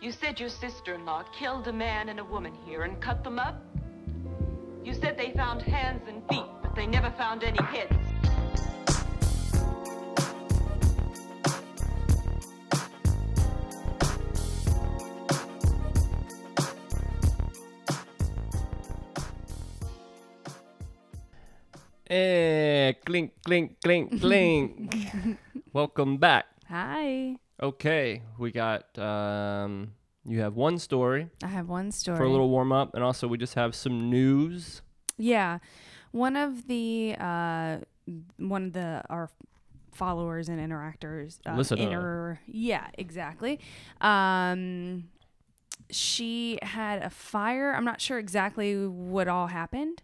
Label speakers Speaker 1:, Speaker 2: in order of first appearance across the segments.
Speaker 1: You said your sister-in-law killed a man and a woman here and cut them up? You said they found hands and feet, but they never found any heads.
Speaker 2: Eh, clink, clink, clink, clink. Welcome back.
Speaker 3: Hi.
Speaker 2: Okay, we got. Um, you have one story
Speaker 3: I have one story.
Speaker 2: for a little warm up, and also we just have some news.
Speaker 3: Yeah. One of the uh one of the our followers and interactors uh,
Speaker 2: Listener.
Speaker 3: inter- yeah, exactly. Um she had a fire. I'm not sure exactly what all happened,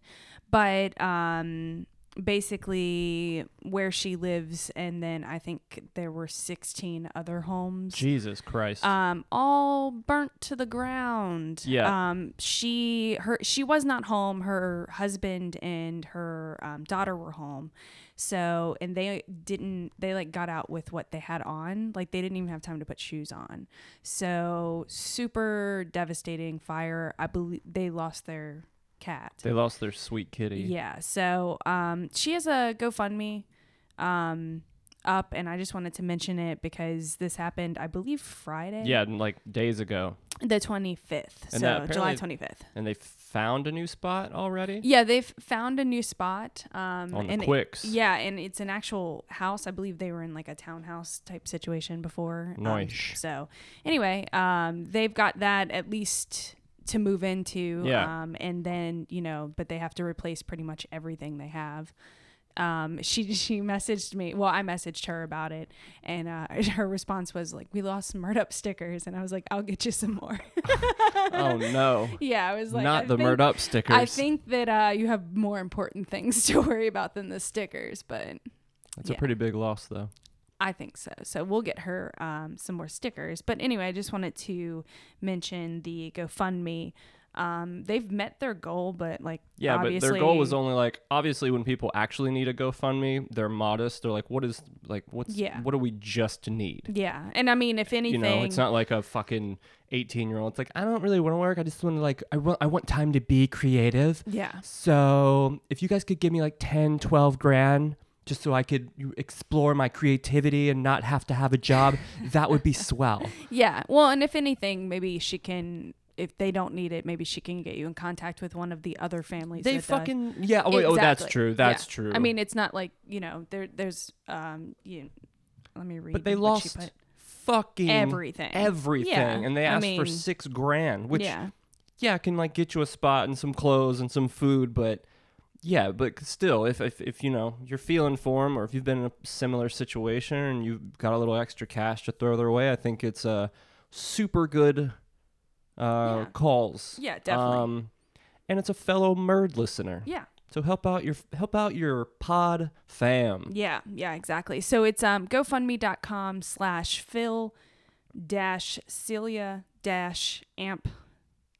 Speaker 3: but um basically where she lives and then I think there were 16 other homes
Speaker 2: Jesus Christ.
Speaker 3: um, all burnt to the ground.
Speaker 2: Yeah.
Speaker 3: Um, she her she was not home. Her husband and her um, daughter were home. So and they didn't. They like got out with what they had on. Like they didn't even have time to put shoes on. So super devastating fire. I believe they lost their cat.
Speaker 2: they lost their sweet kitty.
Speaker 3: Yeah. So um, she has a GoFundMe um, up, and I just wanted to mention it because this happened, I believe, Friday.
Speaker 2: Yeah, and like days ago,
Speaker 3: The 25th.
Speaker 2: And that
Speaker 3: so July
Speaker 2: apparently-
Speaker 3: 25th.
Speaker 2: and they found a new spot already.
Speaker 3: Yeah, they've found a new spot. Um,
Speaker 2: On the
Speaker 3: and it-
Speaker 2: quicks.
Speaker 3: yeah, and it's an actual house. I believe they were in like a townhouse type situation before. Um,
Speaker 2: Nice.
Speaker 3: so anyway, um, they've got that at least to move into.
Speaker 2: Yeah.
Speaker 3: Um, and then you know, but they have to replace pretty much everything they have. Um, she she messaged me. Well, I messaged her about it, and uh, her response was like, "We lost some murd up stickers," and I was like, "I'll get you some more."
Speaker 2: Oh no,
Speaker 3: yeah, I was like,
Speaker 2: not
Speaker 3: I
Speaker 2: the
Speaker 3: think-
Speaker 2: murd up stickers.
Speaker 3: I think that uh, you have more important things to worry about than the stickers, but
Speaker 2: that's a
Speaker 3: yeah.
Speaker 2: pretty big loss though.
Speaker 3: I think so. So we'll get her um, some more stickers. But anyway, I just wanted to mention the GoFundMe. Um, they've met their goal, but like
Speaker 2: Yeah, but
Speaker 3: obviously,
Speaker 2: their goal was only like obviously when people actually need a GoFundMe, they're modest. They're like, what is like what's
Speaker 3: Yeah.
Speaker 2: what do we just need?
Speaker 3: yeah. And I mean, if anything,
Speaker 2: You know, it's not like a fucking eighteen year old. It's like I don't really want to work. I just want to like I want I want time to be creative.
Speaker 3: yeah,
Speaker 2: So if you guys could give me like 10, 12 grand just so I could explore my creativity and not have to have a job, that would be swell.
Speaker 3: yeah. Well, and if anything, maybe she can. If they don't need it, maybe she can get you in contact with one of the other families.
Speaker 2: They
Speaker 3: that does.
Speaker 2: fucking yeah. Oh, wait, oh, that's
Speaker 3: Exactly.
Speaker 2: true.
Speaker 3: Yeah.
Speaker 2: That's true.
Speaker 3: I mean, it's not like you know there. There's um. You, let me read.
Speaker 2: but they
Speaker 3: what she
Speaker 2: lost
Speaker 3: put.
Speaker 2: fucking
Speaker 3: everything.
Speaker 2: everything,
Speaker 3: Yeah,
Speaker 2: and they
Speaker 3: I
Speaker 2: asked for
Speaker 3: mean-
Speaker 2: six grand, which yeah.
Speaker 3: yeah.
Speaker 2: can like get you a spot and some clothes and some food, but yeah, but still, if if, if you know you're feeling for them, or if you've been in a similar situation and you've got a little extra cash to throw their way, I think it's a super good uh,
Speaker 3: Yeah.
Speaker 2: calls.
Speaker 3: Yeah, definitely.
Speaker 2: Um, and it's a fellow Murd listener,
Speaker 3: Yeah.
Speaker 2: so help out your help out your pod fam.
Speaker 3: Yeah. Yeah. Exactly. So it's um GoFundMe.com slash Phil dash Celia dash amp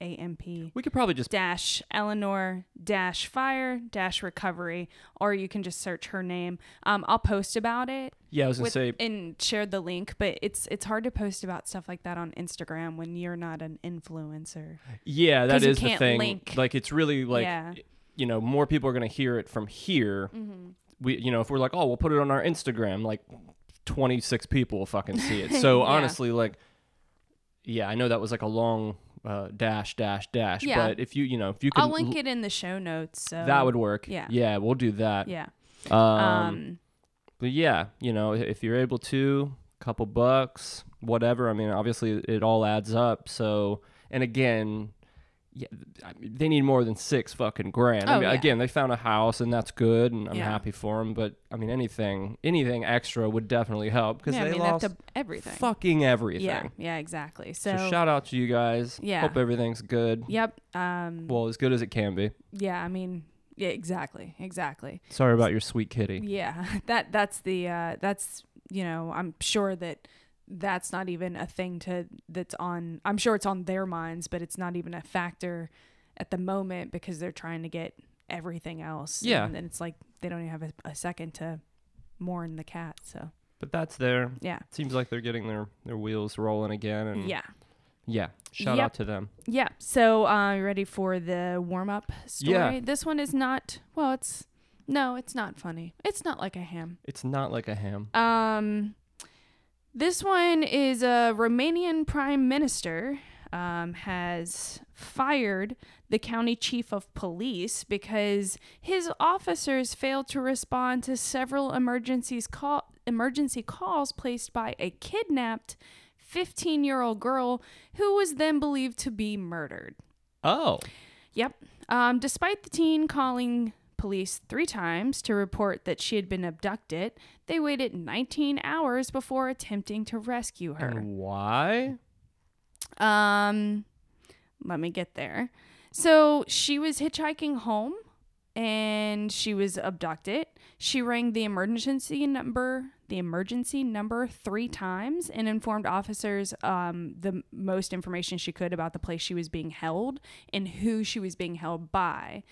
Speaker 3: A M P
Speaker 2: We could probably just
Speaker 3: dash Eleanor dash fire dash recovery, or you can just search her name. Um, I'll post about it.
Speaker 2: yeah, I was gonna
Speaker 3: with,
Speaker 2: say
Speaker 3: and share the link, but it's it's hard to post about stuff like that on Instagram when you're not an influencer.
Speaker 2: Yeah, that
Speaker 3: 'Cause you
Speaker 2: is the
Speaker 3: can't
Speaker 2: thing.
Speaker 3: link.
Speaker 2: Like it's really like
Speaker 3: Yeah. Mm-hmm.
Speaker 2: you know, more people are going to hear it from here. We you know, if we're like, "Oh, we'll put it on our Instagram," like 26 people will fucking see it. So
Speaker 3: Yeah.
Speaker 2: honestly, like yeah, I know that was like a long uh, dash dash dash,
Speaker 3: Yeah.
Speaker 2: but if you, you know, if you can
Speaker 3: I'll link it in the show notes. So
Speaker 2: that would work.
Speaker 3: yeah.
Speaker 2: Yeah, we'll do that.
Speaker 3: yeah.
Speaker 2: Um,
Speaker 3: Um,
Speaker 2: but yeah, you know, i- if you're able to, couple bucks, whatever. I mean, obviously, it- it all adds up. So, and again, yeah, I mean, they need more than six fucking grand. I
Speaker 3: Oh,
Speaker 2: mean,
Speaker 3: yeah.
Speaker 2: again, they found a house, and that's good, and I'm
Speaker 3: Yeah.
Speaker 2: happy for them. But I mean, anything, anything extra would definitely help because
Speaker 3: yeah,
Speaker 2: they
Speaker 3: I mean
Speaker 2: lost
Speaker 3: they have to everything.
Speaker 2: fucking everything.
Speaker 3: Yeah, yeah, exactly. So,
Speaker 2: So, shout out to you guys.
Speaker 3: Yeah.
Speaker 2: Hope everything's good.
Speaker 3: yep. Um,
Speaker 2: Well, as good as it can be.
Speaker 3: yeah, I mean, yeah, exactly, exactly.
Speaker 2: Sorry about your sweet kitty.
Speaker 3: Yeah, that that's the uh, that's you know I'm sure that that's not even a thing to that's on. I'm sure it's on their minds, but it's not even a factor at the moment because they're trying to get everything else.
Speaker 2: Yeah.
Speaker 3: and then it's like they don't even have a, a second to mourn the cat. So
Speaker 2: But that's there.
Speaker 3: yeah,
Speaker 2: Mm. Seems like they're getting their, their wheels rolling again. And
Speaker 3: yeah,
Speaker 2: Yeah. Shout
Speaker 3: Yep.
Speaker 2: out to them.
Speaker 3: Yeah. So, uh, you ready for the warm up story?
Speaker 2: Yeah.
Speaker 3: This one is not, well, it's, no, it's not funny. It's not like a ham.
Speaker 2: It's not like a ham.
Speaker 3: Um, this one is a Romanian prime minister um, has fired the county chief of police because his officers failed to respond to several emergencies call emergency calls placed by a kidnapped 15 year old girl who was then believed to be murdered.
Speaker 2: Oh.
Speaker 3: Yep. Um, despite the teen calling police three times to report that she had been abducted, they waited 19 hours before attempting to rescue her.
Speaker 2: And why?
Speaker 3: Um, let me get there. So she was hitchhiking home and she was abducted. She rang the emergency number, the emergency number three times and informed officers um, the m- most information she could about the place she was being held and who she was being held by.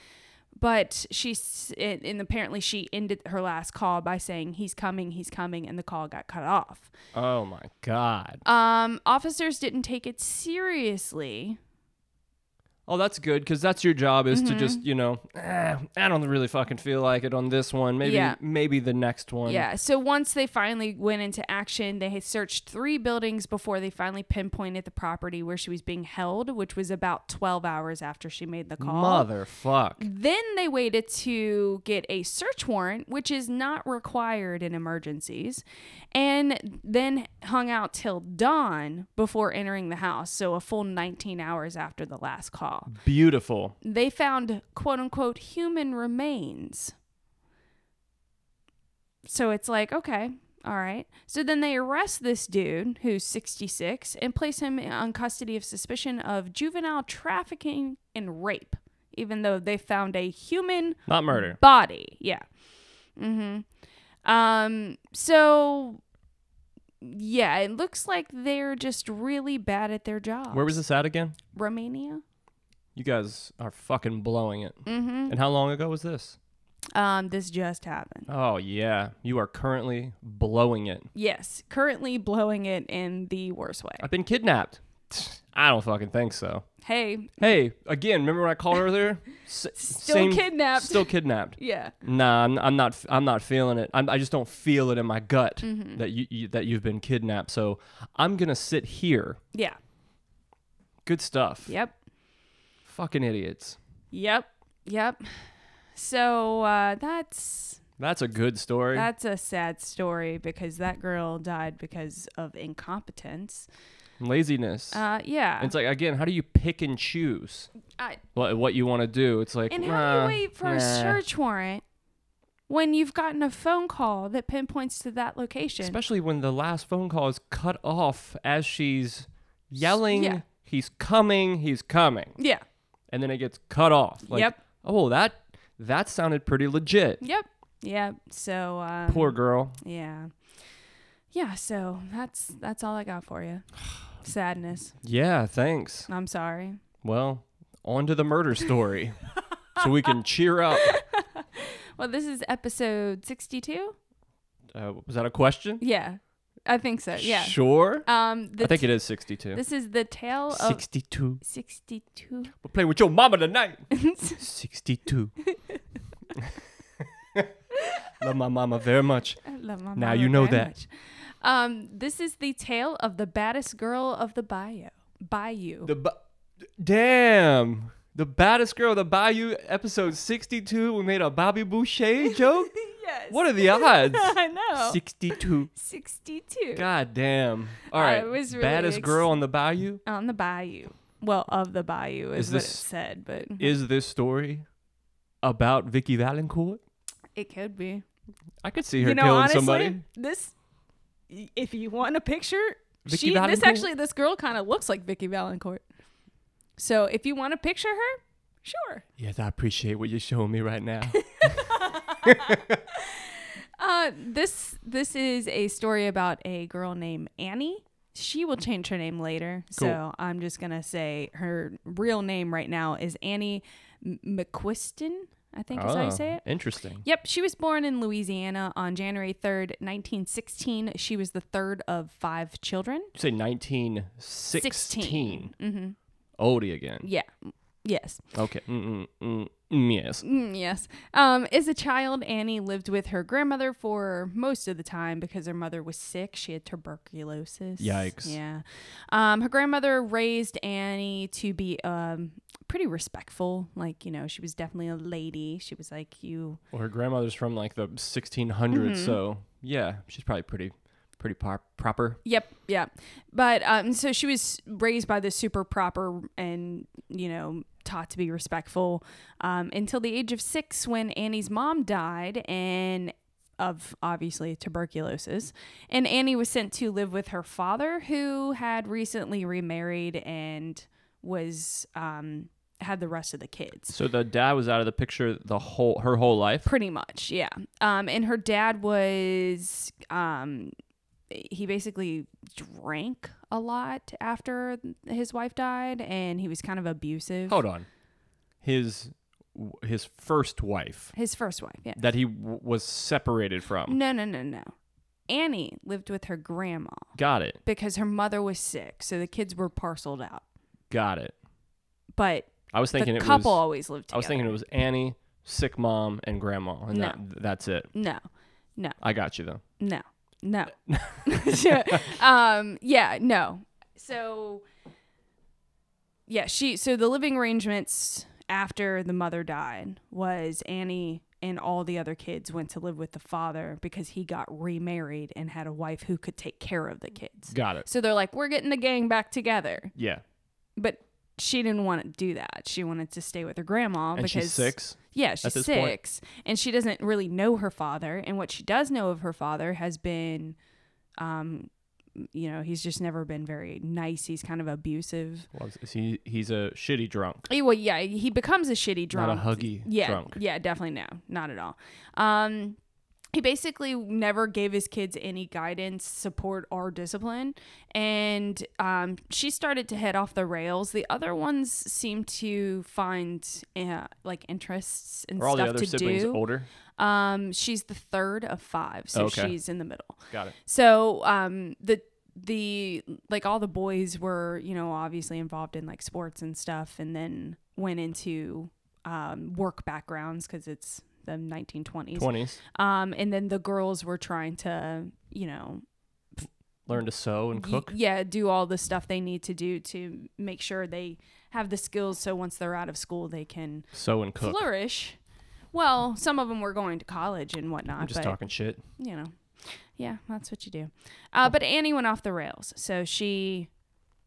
Speaker 3: But she, s- and and apparently she ended her last call by saying, he's coming, he's coming, and the call got cut off.
Speaker 2: Oh my God.
Speaker 3: Um, officers didn't take it seriously.
Speaker 2: Oh, that's good because that's your job is
Speaker 3: Mm-hmm.
Speaker 2: to just you know, "Eh, I don't really fucking feel like it on this one. Maybe
Speaker 3: Yeah.
Speaker 2: maybe the next one.
Speaker 3: Yeah. So once they finally went into action, they had searched three buildings before they finally pinpointed the property where she was being held, which was about 12 hours after she made the call.
Speaker 2: Motherfuck.
Speaker 3: Then they waited to get a search warrant, which is not required in emergencies, and then hung out till dawn before entering the house. So a full 19 hours after the last call.
Speaker 2: Beautiful.
Speaker 3: they found quote unquote human remains. So it's like, okay, all right. So then they arrest this dude who's 66 and place him on custody of suspicion of juvenile trafficking and rape, even though they found a human
Speaker 2: Not murder.
Speaker 3: body. Yeah. Mm-hmm. Um, so yeah, it looks like they're just really bad at their job.
Speaker 2: Where was this at again?
Speaker 3: Romania?
Speaker 2: You guys are fucking blowing it.
Speaker 3: Mm-hmm.
Speaker 2: And how long ago was this?
Speaker 3: Um, this just happened.
Speaker 2: Oh yeah, you are currently blowing it.
Speaker 3: Yes, currently blowing it in the worst way.
Speaker 2: I've been kidnapped. I don't fucking think so.
Speaker 3: Hey,
Speaker 2: Hey, again, remember when I called earlier? S-
Speaker 3: Still kidnapped.
Speaker 2: Still kidnapped.
Speaker 3: yeah.
Speaker 2: Nah, I'm, I'm not. I'm not feeling it. I'm, I just don't feel it in my gut
Speaker 3: Mm-hmm.
Speaker 2: that you, you that you've been kidnapped. So I'm gonna sit here.
Speaker 3: Yeah.
Speaker 2: Good stuff.
Speaker 3: Yep.
Speaker 2: Fucking idiots.
Speaker 3: Yep. Yep. So uh, that's
Speaker 2: That's a good story.
Speaker 3: that's a sad story because that girl died because of incompetence.
Speaker 2: Laziness.
Speaker 3: Uh, yeah.
Speaker 2: it's like again, how do you pick and choose
Speaker 3: I,
Speaker 2: what what you want to do? It's like
Speaker 3: and how
Speaker 2: nah,
Speaker 3: do you wait for
Speaker 2: nah.
Speaker 3: a search warrant when you've gotten a phone call that pinpoints to that location?
Speaker 2: Especially when the last phone call is cut off as she's yelling,
Speaker 3: yeah.
Speaker 2: "He's coming! He's coming!"
Speaker 3: yeah.
Speaker 2: and then it gets cut off. Like,
Speaker 3: Yep.
Speaker 2: Oh, well, that that sounded pretty legit.
Speaker 3: Yep. Yep. So um,
Speaker 2: Poor girl.
Speaker 3: Yeah. Yeah, so that's that's all I got for you. Sadness.
Speaker 2: Yeah. Thanks.
Speaker 3: I'm sorry.
Speaker 2: Well, on to the murder story, so we can cheer up.
Speaker 3: Well, this is episode 62?
Speaker 2: Uh, was that a question?
Speaker 3: Yeah. I think so. uh, Yeah.
Speaker 2: Sure.
Speaker 3: Um the
Speaker 2: I think
Speaker 3: t-
Speaker 2: it is sixty-two.
Speaker 3: This is the tale of
Speaker 2: Sixty-two.
Speaker 3: 62.
Speaker 2: We're playing with your mama tonight. Sixty-two. Love my mama very much.
Speaker 3: I love my
Speaker 2: Now
Speaker 3: mama
Speaker 2: you know
Speaker 3: very
Speaker 2: that.
Speaker 3: much. Um this is the tale of the baddest girl of the bayou. Bayou.
Speaker 2: The ba- damn. The baddest girl of the Bayou, episode 62. We made a Bobby Boucher joke.
Speaker 3: yes.
Speaker 2: What are the odds?
Speaker 3: I know.
Speaker 2: 62.
Speaker 3: 62.
Speaker 2: God damn. All
Speaker 3: I
Speaker 2: right.
Speaker 3: was really
Speaker 2: Baddest
Speaker 3: ex-
Speaker 2: girl on the bayou.
Speaker 3: On the bayou. Well, of the bayou is,
Speaker 2: Is
Speaker 3: what
Speaker 2: this-
Speaker 3: it said, but
Speaker 2: Is this story about Vicky Valancourt?
Speaker 3: it could be.
Speaker 2: I could see her killing somebody.
Speaker 3: This, if you want a picture,
Speaker 2: Vicky
Speaker 3: she, this
Speaker 2: Valancourt?
Speaker 3: actually, this girl kind of looks like Vicky Valancourt. So if you want to picture her, sure.
Speaker 2: Yes, I appreciate what you're showing me right now.
Speaker 3: Uh, this this is a story about a girl named Annie. She will change her name later, so
Speaker 2: Cool.
Speaker 3: I'm just gonna say her real name right now is Annie M- McQuiston. I think is how
Speaker 2: Ah,
Speaker 3: you say it.
Speaker 2: Interesting.
Speaker 3: Yep, she was born in Louisiana on January 3rd, 1916. She was the third of five children.
Speaker 2: You say 1916.
Speaker 3: Mm-hmm.
Speaker 2: Oldie again.
Speaker 3: Yeah. Yes.
Speaker 2: Okay. Mm, mm, mm, yes.
Speaker 3: Mm, yes. Um, as a child, Annie lived with her grandmother for most of the time because her mother was sick. She had tuberculosis.
Speaker 2: Yikes.
Speaker 3: Yeah. Um, her grandmother raised Annie to be um, pretty respectful. Like, you know, she was definitely a lady. She was like, you.
Speaker 2: Well, her grandmother's from like the 1600s,
Speaker 3: Mm-hmm.
Speaker 2: so yeah, she's probably pretty, pretty pop- proper.
Speaker 3: Yep, yeah. But um so she was raised by the super proper and, you know, taught to be respectful um until the age of 6 when Annie's mom died and of obviously tuberculosis. And Annie was sent to live with her father who had recently remarried and was um had the rest of the kids.
Speaker 2: So the dad was out of the picture the whole her whole life.
Speaker 3: Pretty much, yeah. Um, and her dad was, um, he basically drank a lot after his wife died, and he was kind of abusive.
Speaker 2: Hold on, his his first wife
Speaker 3: His first wife, yeah.
Speaker 2: that he w- was separated from.
Speaker 3: No, no, no, no. Annie lived with her grandma
Speaker 2: Got it.
Speaker 3: because her mother was sick, so the kids were parceled out.
Speaker 2: Got it.
Speaker 3: But
Speaker 2: I was thinking
Speaker 3: the
Speaker 2: it
Speaker 3: couple
Speaker 2: was.
Speaker 3: always lived together.
Speaker 2: I was thinking it was Annie, sick mom, and grandma, and
Speaker 3: No.
Speaker 2: that that's it.
Speaker 3: no, no,
Speaker 2: I got you though.
Speaker 3: no, no. um, yeah, no. So, yeah, she. So the living arrangements after the mother died was Annie and all the other kids went to live with the father because he got remarried and had a wife who could take care of the kids.
Speaker 2: Got it.
Speaker 3: So they're like, we're getting the gang back together,
Speaker 2: Yeah.
Speaker 3: but she didn't want to do that. She wanted to stay with her grandma
Speaker 2: And
Speaker 3: because
Speaker 2: she's six.
Speaker 3: yeah, she's
Speaker 2: this point.
Speaker 3: six, and she doesn't really know her father. And what she does know of her father has been, um, you know, he's just never been very nice. He's kind of abusive.
Speaker 2: Well, is he he's a shitty drunk.
Speaker 3: Eh, Well, yeah, he becomes a shitty drunk.
Speaker 2: Not a huggy
Speaker 3: yeah,
Speaker 2: drunk.
Speaker 3: yeah, definitely no, not at all. Um, he basically never gave his kids any guidance, support, or discipline. And um, she started to head off the rails. The other ones seemed to find uh, like interests and
Speaker 2: Are all
Speaker 3: stuff
Speaker 2: the other
Speaker 3: to
Speaker 2: siblings
Speaker 3: do.
Speaker 2: older?
Speaker 3: Um, she's the third of five, so
Speaker 2: Okay.
Speaker 3: she's in the middle.
Speaker 2: Got it.
Speaker 3: So, um, the the like all the boys were, you know, obviously involved in like sports and stuff, and then went into um, work backgrounds because it's the 1920s.
Speaker 2: Twenties.
Speaker 3: Um, and then the girls were trying to, you know,
Speaker 2: Learn to sew and
Speaker 3: y-
Speaker 2: cook.
Speaker 3: yeah, do all the stuff they need to do to make sure they have the skills, so once they're out of school, they can
Speaker 2: Sew and cook.
Speaker 3: flourish. Well, some of them were going to college and whatnot.
Speaker 2: I'm just
Speaker 3: but
Speaker 2: talking shit.
Speaker 3: you know, yeah, that's what you do. Uh, but Annie went off the rails. So she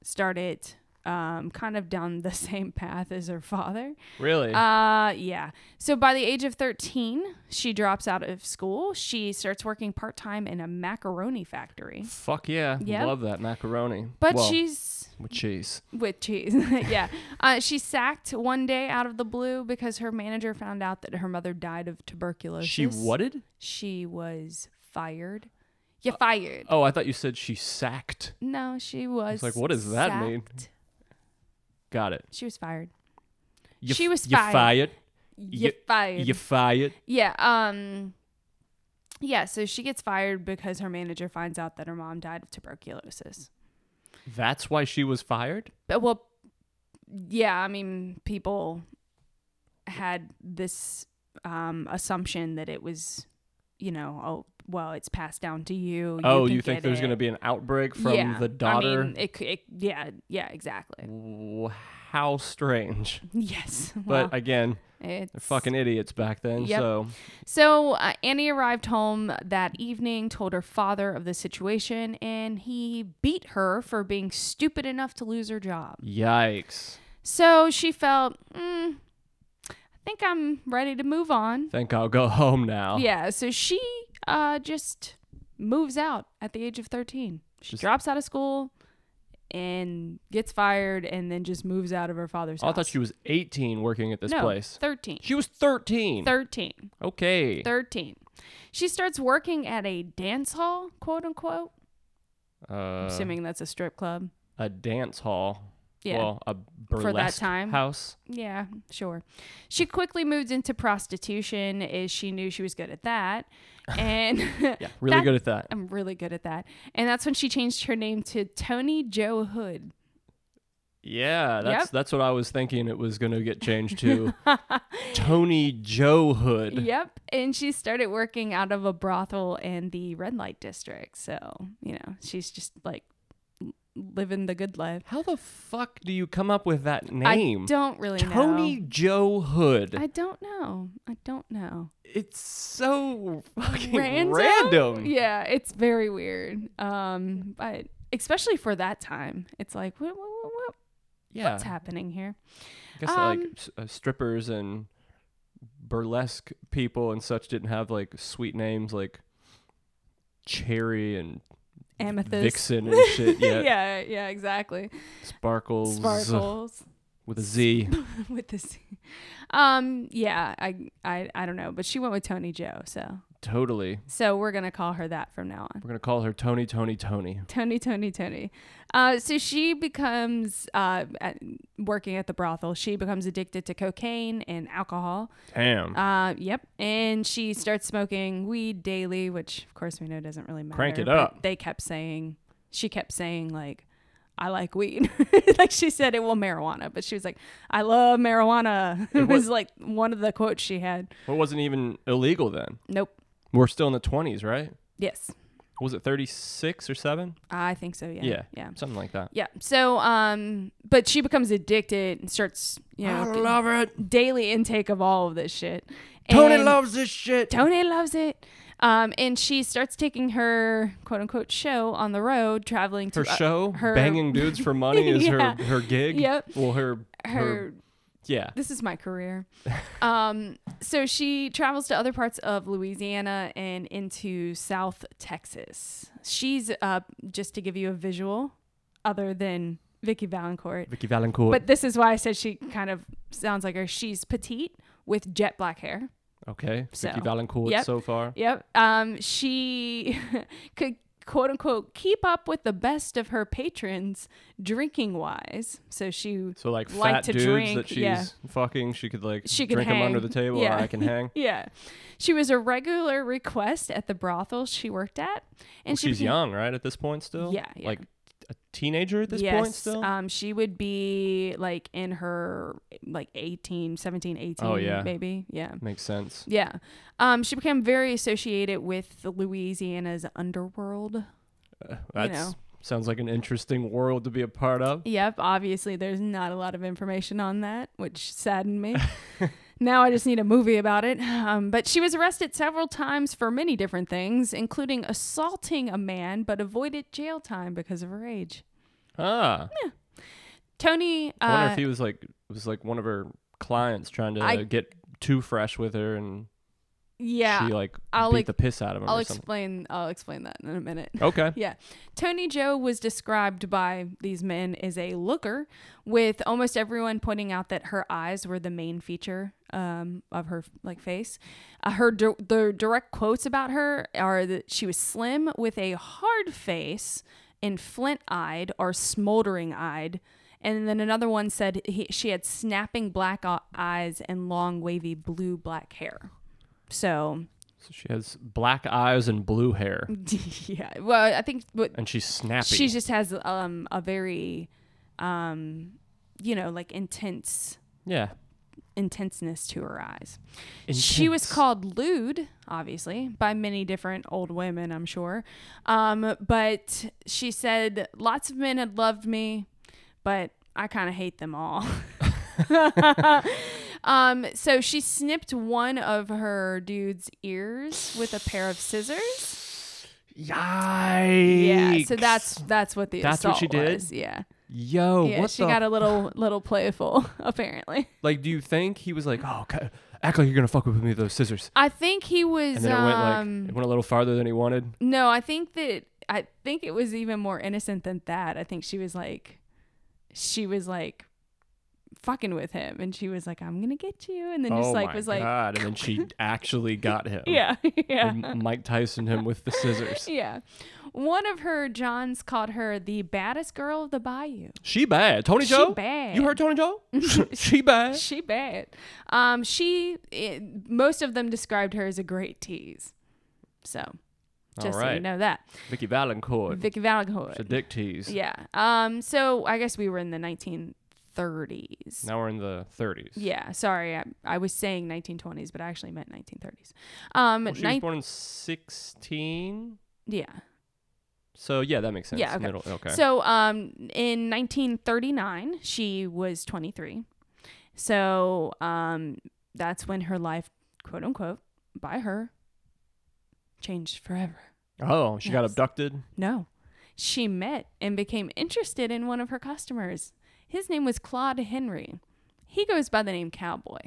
Speaker 3: started um, kind of down the same path as her father.
Speaker 2: Really?
Speaker 3: Uh, yeah. So by the age of 13, she drops out of school. She starts working part time in a macaroni factory.
Speaker 2: Fuck yeah.
Speaker 3: yeah.
Speaker 2: Love that macaroni.
Speaker 3: But
Speaker 2: Well,
Speaker 3: she's
Speaker 2: with cheese.
Speaker 3: with cheese. yeah. Uh, she's sacked one day out of the blue because her manager found out that her mother died of tuberculosis.
Speaker 2: She whatted?
Speaker 3: She was fired. You fired.
Speaker 2: Oh, I thought you said she sacked.
Speaker 3: No, she was.
Speaker 2: like, what does that mean?
Speaker 3: sacked.
Speaker 2: Got it.
Speaker 3: She was fired.
Speaker 2: You
Speaker 3: She was
Speaker 2: you
Speaker 3: fired.
Speaker 2: fired.
Speaker 3: You
Speaker 2: You-
Speaker 3: fired.
Speaker 2: You fired.
Speaker 3: yeah. Um. Yeah. So she gets fired because her manager finds out that her mom died of tuberculosis.
Speaker 2: That's why she was fired.
Speaker 3: But well, yeah. I mean, people had this um assumption that it was, you know, oh well, it's passed down to you.
Speaker 2: oh,
Speaker 3: can
Speaker 2: you think
Speaker 3: get
Speaker 2: there's
Speaker 3: it.
Speaker 2: going to be an outbreak from
Speaker 3: Yeah,
Speaker 2: the daughter?
Speaker 3: I mean, it, c- it, yeah. Yeah. Exactly.
Speaker 2: W- How strange.
Speaker 3: Yes. well,
Speaker 2: But again, they're
Speaker 3: it's
Speaker 2: fucking idiots back then.
Speaker 3: Yep.
Speaker 2: So
Speaker 3: So uh, Annie arrived home that evening, told her father of the situation, and he beat her for being stupid enough to lose her job.
Speaker 2: yikes.
Speaker 3: So she felt, mm, I think I'm ready to move on.
Speaker 2: Think I'll go home now.
Speaker 3: Yeah, so she uh, just moves out at the age of 13. She
Speaker 2: Just-
Speaker 3: drops out of school and gets fired and then just moves out of her father's
Speaker 2: Oh, I
Speaker 3: house.
Speaker 2: thought she was 18 working at this
Speaker 3: no,
Speaker 2: place.
Speaker 3: 13.
Speaker 2: She was 13.
Speaker 3: 13.
Speaker 2: okay.
Speaker 3: 13. She starts working at a dance hall, quote unquote.
Speaker 2: uh,
Speaker 3: assuming that's a strip club.
Speaker 2: a dance hall.
Speaker 3: Yeah.
Speaker 2: Well, a burlesque
Speaker 3: time.
Speaker 2: house.
Speaker 3: Yeah, sure. She quickly moved into prostitution as she knew she was good at that. And
Speaker 2: Yeah, really
Speaker 3: that-
Speaker 2: good at that.
Speaker 3: I'm really good at that. And that's when she changed her name to Tony Joe Hood.
Speaker 2: Yeah, that's
Speaker 3: Yep.
Speaker 2: that's what I was thinking. It was going to get changed to Tony Joe Hood.
Speaker 3: yep. And she started working out of a brothel in the red light district. So, you know, she's just like living the good life.
Speaker 2: How the fuck do you come up with that name?
Speaker 3: I don't really
Speaker 2: Tony
Speaker 3: know.
Speaker 2: Joe Hood.
Speaker 3: I don't know. I don't know.
Speaker 2: it's so fucking
Speaker 3: random.
Speaker 2: random.
Speaker 3: Yeah, it's very weird. Um, but especially for that time, it's like, what, what, what, what-
Speaker 2: Yeah.
Speaker 3: what's happening here?
Speaker 2: I guess like
Speaker 3: Um,
Speaker 2: s- uh, strippers and burlesque people and such didn't have like sweet names like Cherry and
Speaker 3: Amethyst.
Speaker 2: Vixen and shit yet.
Speaker 3: yeah, yeah, exactly.
Speaker 2: Sparkles uh,
Speaker 3: Sparkles
Speaker 2: with a Z.
Speaker 3: with this. Um, yeah, I, I, I don't know, but she went with Tony Joe, so,
Speaker 2: totally.
Speaker 3: so we're gonna call her that from now on.
Speaker 2: We're gonna call her Tony, Tony, Tony.
Speaker 3: Tony, Tony, Tony. Uh, so she becomes uh, at, working at the brothel. She becomes addicted to cocaine and alcohol.
Speaker 2: Damn.
Speaker 3: Uh, yep. And she starts smoking weed daily, which of course we know doesn't really matter.
Speaker 2: Crank it
Speaker 3: but
Speaker 2: up.
Speaker 3: They kept saying, she kept saying like, I like weed. like she said it, well, marijuana, but she was like, I love marijuana. It was like one of the quotes she had.
Speaker 2: Well, it wasn't even illegal then.
Speaker 3: Nope.
Speaker 2: We're still in the twenties, right?
Speaker 3: Yes.
Speaker 2: Was it thirty six or seven?
Speaker 3: I think so. Yeah.
Speaker 2: Yeah.
Speaker 3: Yeah.
Speaker 2: Something like that.
Speaker 3: Yeah. So, um, but she becomes addicted and starts, you know, g-
Speaker 2: it.
Speaker 3: daily intake of all of this shit. And
Speaker 2: loves this shit.
Speaker 3: Tony loves it. Um, and she starts taking her quote unquote show on the road, traveling to
Speaker 2: Her
Speaker 3: uh,
Speaker 2: show, banging dudes for money is
Speaker 3: Yeah.
Speaker 2: her her gig.
Speaker 3: Yep.
Speaker 2: Well, her her,
Speaker 3: her
Speaker 2: yeah.
Speaker 3: this is my career. um, so she travels to other parts of Louisiana and into South Texas. She's uh, just to give you a visual, other than Vicky Valancourt.
Speaker 2: Vicky Valancourt.
Speaker 3: But this is why I said she kind of sounds like her. She's petite with jet black hair.
Speaker 2: okay.
Speaker 3: so,
Speaker 2: Vicky Valancourt
Speaker 3: yep.
Speaker 2: so far.
Speaker 3: Yep. Um, she could quote unquote keep up with the best of her patrons drinking wise. So she
Speaker 2: So like
Speaker 3: Like
Speaker 2: fat
Speaker 3: to
Speaker 2: dudes
Speaker 3: drink,
Speaker 2: that she's
Speaker 3: yeah.
Speaker 2: fucking, she could like
Speaker 3: she could
Speaker 2: drink
Speaker 3: hang.
Speaker 2: them under the table
Speaker 3: Yeah.
Speaker 2: or I can hang.
Speaker 3: yeah. She was a regular request at the brothels she worked at, and she
Speaker 2: she's
Speaker 3: became-
Speaker 2: young, right? At this point still?
Speaker 3: Yeah, yeah.
Speaker 2: Like a teenager at this
Speaker 3: yes,
Speaker 2: point still?
Speaker 3: um she would be like in her like 18 17 18
Speaker 2: Oh, yeah.
Speaker 3: maybe yeah
Speaker 2: Makes sense.
Speaker 3: yeah um she became very associated with louisiana's underworld
Speaker 2: That
Speaker 3: know.
Speaker 2: sounds like an interesting world to be a part of.
Speaker 3: Yep, obviously there's not a lot of information on that, which saddened me. now I just need a movie about it. Um, but she was arrested several times for many different things, including assaulting a man, but avoided jail time because of her age.
Speaker 2: Ah.
Speaker 3: Tony,
Speaker 2: I wonder
Speaker 3: uh,
Speaker 2: if he was like was like one of her clients trying to
Speaker 3: I-
Speaker 2: get too fresh with her and
Speaker 3: yeah,
Speaker 2: she like
Speaker 3: I'll
Speaker 2: beat
Speaker 3: ex-
Speaker 2: the piss out of him
Speaker 3: I'll
Speaker 2: or something.
Speaker 3: explain. I'll explain that in a minute.
Speaker 2: Okay.
Speaker 3: Yeah. Tony Joe was described by these men as a looker, with almost everyone pointing out that her eyes were the main feature um, of her like face. Uh, her di- the direct quotes about her are that she was slim with a hard face and flint-eyed or smoldering-eyed. And then another one said he, she had snapping black o- eyes and long wavy blue black hair. So,
Speaker 2: So she has black eyes and blue hair
Speaker 3: yeah. Well, I think what
Speaker 2: and she's snappy.
Speaker 3: she just has um a very um you know like intense
Speaker 2: yeah.
Speaker 3: intenseness to her eyes she was
Speaker 2: Intense.
Speaker 3: called lewd obviously by many different old women i'm sure um but she said lots of men had loved me but i kind of hate them all um so she snipped one of her dude's ears with a pair of scissors
Speaker 2: Yikes.
Speaker 3: yeah so that's that's what the
Speaker 2: That's what she
Speaker 3: assault
Speaker 2: did?
Speaker 3: was yeah
Speaker 2: Yo,
Speaker 3: Yeah,
Speaker 2: Oh, what
Speaker 3: she
Speaker 2: the
Speaker 3: got a little little playful apparently.
Speaker 2: Like, do you think he was like, "Oh, ca- act like you're gonna fuck with me with those scissors,"
Speaker 3: I think he was
Speaker 2: and then it went
Speaker 3: um,
Speaker 2: like it went a little farther than he wanted?
Speaker 3: no, I think that I think it was even more innocent than that. I think she was like she was like fucking with him, and she was like, "I'm gonna get you," and then just like was like,
Speaker 2: Oh god! And then she actually got him.
Speaker 3: "Yeah, yeah."
Speaker 2: And Mike Tyson him with the scissors.
Speaker 3: Yeah. One of her Johns called her the baddest girl of the bayou.
Speaker 2: She bad. Tony
Speaker 3: She
Speaker 2: Joe.
Speaker 3: bad.
Speaker 2: You heard Tony Joe? she bad.
Speaker 3: She bad. Um, she it, most of them described her as a great tease. So, just so you
Speaker 2: Alright.
Speaker 3: know that
Speaker 2: Vicky Valancourt.
Speaker 3: Vicky Valcourt.
Speaker 2: It's a dick tease.
Speaker 3: Yeah. Um. So I guess we were in the 1930s.
Speaker 2: Now we're in the 30s.
Speaker 3: Yeah. Sorry, I, I was saying 1920s, but I actually meant 1930s. Um.
Speaker 2: Well, she was
Speaker 3: nine-
Speaker 2: born in 16.
Speaker 3: yeah.
Speaker 2: So yeah, that makes sense.
Speaker 3: Yeah, okay.
Speaker 2: Middle- okay.
Speaker 3: So, um, in 1939, she was 23. So, um, that's when her life, quote unquote, by her, changed forever.
Speaker 2: oh, she got
Speaker 3: Yes.
Speaker 2: abducted.
Speaker 3: No, she met and became interested in one of her customers. His name was Claude Henry. He goes by the name Cowboy.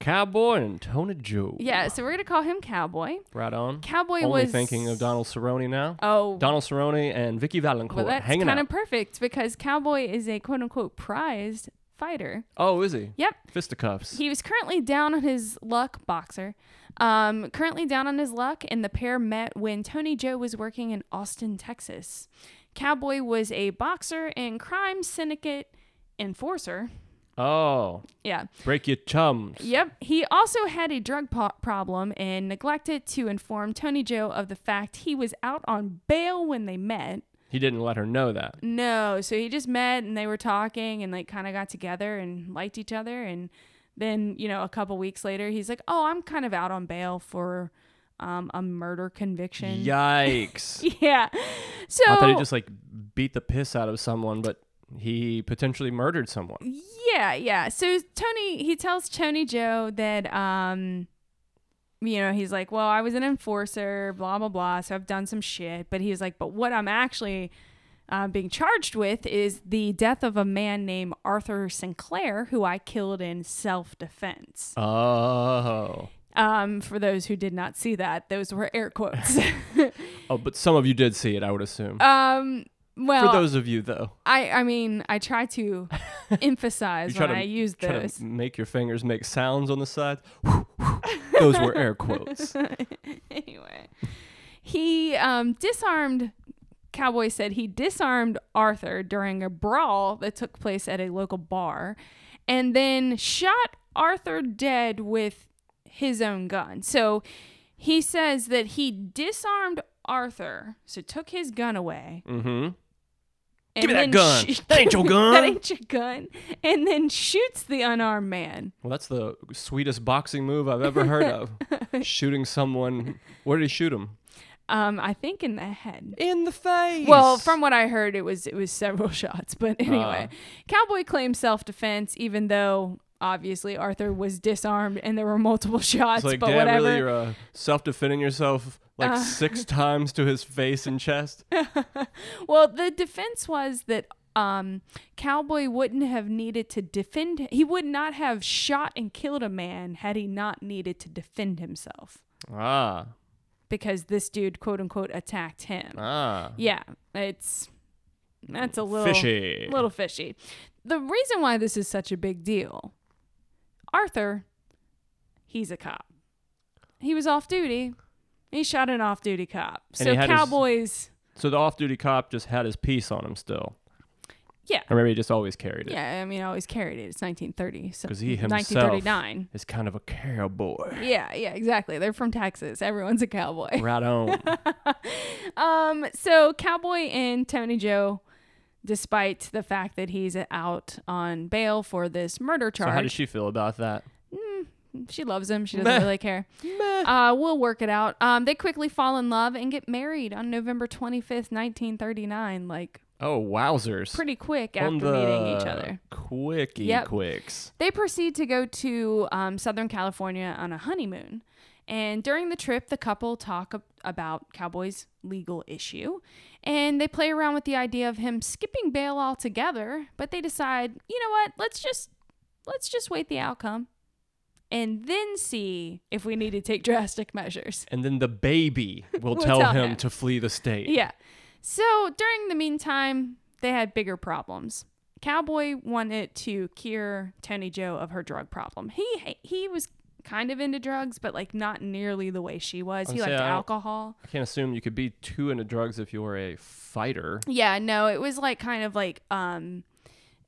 Speaker 2: Cowboy and Tony Joe.
Speaker 3: Yeah, so we're gonna call him Cowboy.
Speaker 2: Right on.
Speaker 3: Cowboy
Speaker 2: Only
Speaker 3: was
Speaker 2: thinking of Donald Cerrone now.
Speaker 3: Oh,
Speaker 2: Donald Cerrone and Vicky Valancourt
Speaker 3: well, that's
Speaker 2: hanging
Speaker 3: kind
Speaker 2: out.
Speaker 3: of perfect because Cowboy is a quote unquote prized fighter.
Speaker 2: oh, is he?
Speaker 3: Yep,
Speaker 2: Fisticuffs.
Speaker 3: He was currently down on his luck, boxer. Um, currently down on his luck, and the pair met when Tony Joe was working in Austin, Texas. Cowboy was a boxer and crime syndicate enforcer.
Speaker 2: oh,
Speaker 3: Yeah.
Speaker 2: break your chums.
Speaker 3: Yep. He also had a drug po- problem and neglected to inform Tony Joe of the fact he was out on bail when they met.
Speaker 2: He didn't let her know that.
Speaker 3: No. So he just met and they were talking and like kind of got together and liked each other. And then, you know, a couple weeks later, he's like, oh, I'm kind of out on bail for um, a murder conviction.
Speaker 2: Yikes.
Speaker 3: Yeah. So.
Speaker 2: I thought he just like beat the piss out of someone, but he potentially murdered someone.
Speaker 3: yeah, yeah. So Tony, he tells Tony Joe that, um, you know, he's like, well, I was an enforcer, blah, blah, blah. So I've done some shit. But he's like, but what I'm actually uh, being charged with is the death of a man named Arthur Sinclair, who I killed in self defense.
Speaker 2: Oh.
Speaker 3: Um, for those who did not see that, those were air quotes.
Speaker 2: Oh, but some of you did see it, I would assume.
Speaker 3: um, well,
Speaker 2: For those of you though,
Speaker 3: I, I mean, I try to emphasize when I use
Speaker 2: try
Speaker 3: those.
Speaker 2: to make your fingers make sounds on the sides. Those were air quotes.
Speaker 3: anyway, he um, disarmed. Cowboy said he disarmed Arthur during a brawl that took place at a local bar, and then shot Arthur dead with his own gun. So he says that he disarmed Arthur, so took his gun away.
Speaker 2: Mm-hmm.
Speaker 3: And
Speaker 2: Give me that
Speaker 3: then
Speaker 2: gun.
Speaker 3: sh-
Speaker 2: that ain't your gun.
Speaker 3: that ain't your gun. And then shoots the unarmed man.
Speaker 2: well, that's the sweetest boxing move I've ever heard of. Shooting someone. Where did he shoot him?
Speaker 3: Um, I think in the head.
Speaker 2: In the face.
Speaker 3: Well, from what I heard, it was it was several shots. But
Speaker 2: Uh-huh.
Speaker 3: anyway, Cowboy claims self defense, even though obviously Arthur was disarmed and there were multiple shots.
Speaker 2: It's like,
Speaker 3: but
Speaker 2: damn,
Speaker 3: whatever.
Speaker 2: really, you're uh, self-defending yourself like Uh. six times to his face and chest.
Speaker 3: well, the defense was that um, Cowboy wouldn't have needed to defend. He would not have shot and killed a man had he not needed to defend himself
Speaker 2: Ah,
Speaker 3: because this dude, quote unquote, attacked him.
Speaker 2: ah,
Speaker 3: Yeah, it's that's a little
Speaker 2: fishy.
Speaker 3: little fishy. The reason why this is such a big deal, Arthur, he's a cop. He was off duty. He shot an off duty cop.
Speaker 2: And
Speaker 3: so
Speaker 2: he had his-
Speaker 3: cowboys,
Speaker 2: So the off-duty cop just had his piece on him still,
Speaker 3: yeah,
Speaker 2: or maybe he just always carried it.
Speaker 3: yeah. I mean, I always carried it. It's 1930, so
Speaker 2: Because he himself
Speaker 3: 1939.
Speaker 2: is kind of a cowboy.
Speaker 3: Yeah, yeah, exactly. They're from Texas. Everyone's a cowboy.
Speaker 2: Right on.
Speaker 3: Um, so Cowboy and Tony Joe, despite the fact that he's out on bail for this murder
Speaker 2: so how does
Speaker 3: charge,
Speaker 2: she feel about that?
Speaker 3: she-, loves him. She doesn't
Speaker 2: Meh.
Speaker 3: really care. Uh, we'll work it out. Um, they quickly fall in love and get married on November 25th, 1939, like
Speaker 2: Oh, wowzers.
Speaker 3: pretty quick
Speaker 2: On
Speaker 3: after
Speaker 2: the
Speaker 3: meeting each other.
Speaker 2: Quickie
Speaker 3: Yep.
Speaker 2: quicks.
Speaker 3: They proceed to go to um, Southern California on a honeymoon. And during the trip, the couple talk ab- about Cowboy's legal issue. And they play around with the idea of him skipping bail altogether, but they decide, you know what, let's just let's just wait the outcome and then see if we need to take drastic measures.
Speaker 2: And then the baby will
Speaker 3: We'll
Speaker 2: tell,
Speaker 3: tell
Speaker 2: him
Speaker 3: him.
Speaker 2: to flee the state.
Speaker 3: Yeah. So during the meantime, they had bigger problems. Cowboy wanted to cure Tony Joe of her drug problem. He he was kind of into drugs, but like not nearly the way she was.
Speaker 2: I'd
Speaker 3: He
Speaker 2: say
Speaker 3: liked
Speaker 2: I don't-
Speaker 3: alcohol.
Speaker 2: I can't assume you could be too into drugs if you were a fighter.
Speaker 3: Yeah, no, it was like kind of like um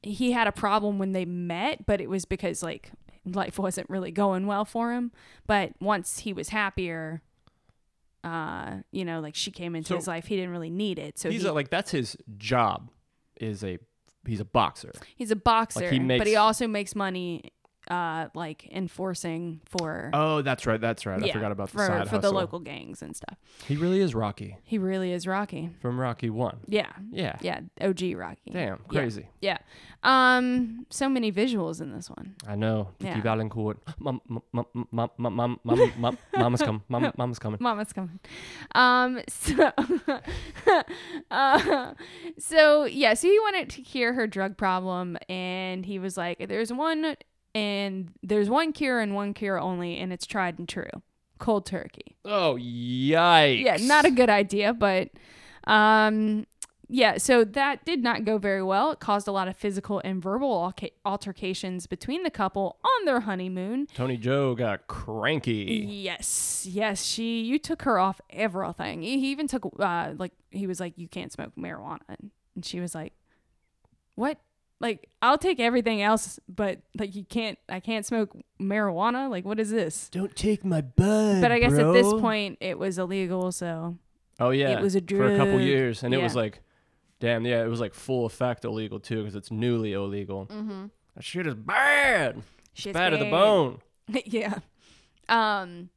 Speaker 3: he had a problem when they met, but it was because like life wasn't really going well for him. But once he was happier, uh, you know, like she came into
Speaker 2: So-
Speaker 3: his life, he didn't really need it. So
Speaker 2: he's
Speaker 3: he,
Speaker 2: a, like that's his job. Is a he's a boxer.
Speaker 3: he's a boxer,
Speaker 2: like, he
Speaker 3: but he
Speaker 2: makes-
Speaker 3: also makes money uh like enforcing for
Speaker 2: Oh, that's right. That's right. I
Speaker 3: yeah,
Speaker 2: forgot about the
Speaker 3: for,
Speaker 2: side
Speaker 3: for
Speaker 2: hustle.
Speaker 3: the local gangs and stuff.
Speaker 2: He really is Rocky
Speaker 3: He really is Rocky.
Speaker 2: from Rocky One.
Speaker 3: Yeah.
Speaker 2: Yeah.
Speaker 3: Yeah, OG Rocky.
Speaker 2: Damn,
Speaker 3: Yeah.
Speaker 2: crazy.
Speaker 3: Yeah. Um so many visuals in this one.
Speaker 2: I know.
Speaker 3: Yeah.
Speaker 2: Vicky Valancourt. Mom, mom, mom, mom, mom, mom, mom, mom, mama's coming. Mom, mama's coming.
Speaker 3: Mama's coming. Um, so, uh, so yeah, so he wanted to cure her drug problem, and he was like, "There's one, and there's one cure, and one cure only, and it's tried and true, cold turkey."
Speaker 2: Oh, yikes.
Speaker 3: Yeah, not a good idea, but, um, yeah. So that did not go very well. It caused a lot of physical and verbal alca- altercations between the couple on their honeymoon.
Speaker 2: Tony Joe got cranky.
Speaker 3: Yes, yes. She, you took her off everything. He he even took, uh, like, he was like, you can't smoke marijuana, and she was like, what? Like, I'll take everything else, but like, you can't. I can't smoke marijuana. Like, what is this?
Speaker 2: Don't take my bud.
Speaker 3: But I guess at this point, it was illegal. So
Speaker 2: oh yeah,
Speaker 3: it was a
Speaker 2: for a couple
Speaker 3: drug.
Speaker 2: years, and it was
Speaker 3: Yeah.
Speaker 2: like, damn, yeah, it was like full effect illegal too, because it's newly illegal. Mm-hmm. That shit is bad.
Speaker 3: she's
Speaker 2: bad to the bone.
Speaker 3: yeah. Um,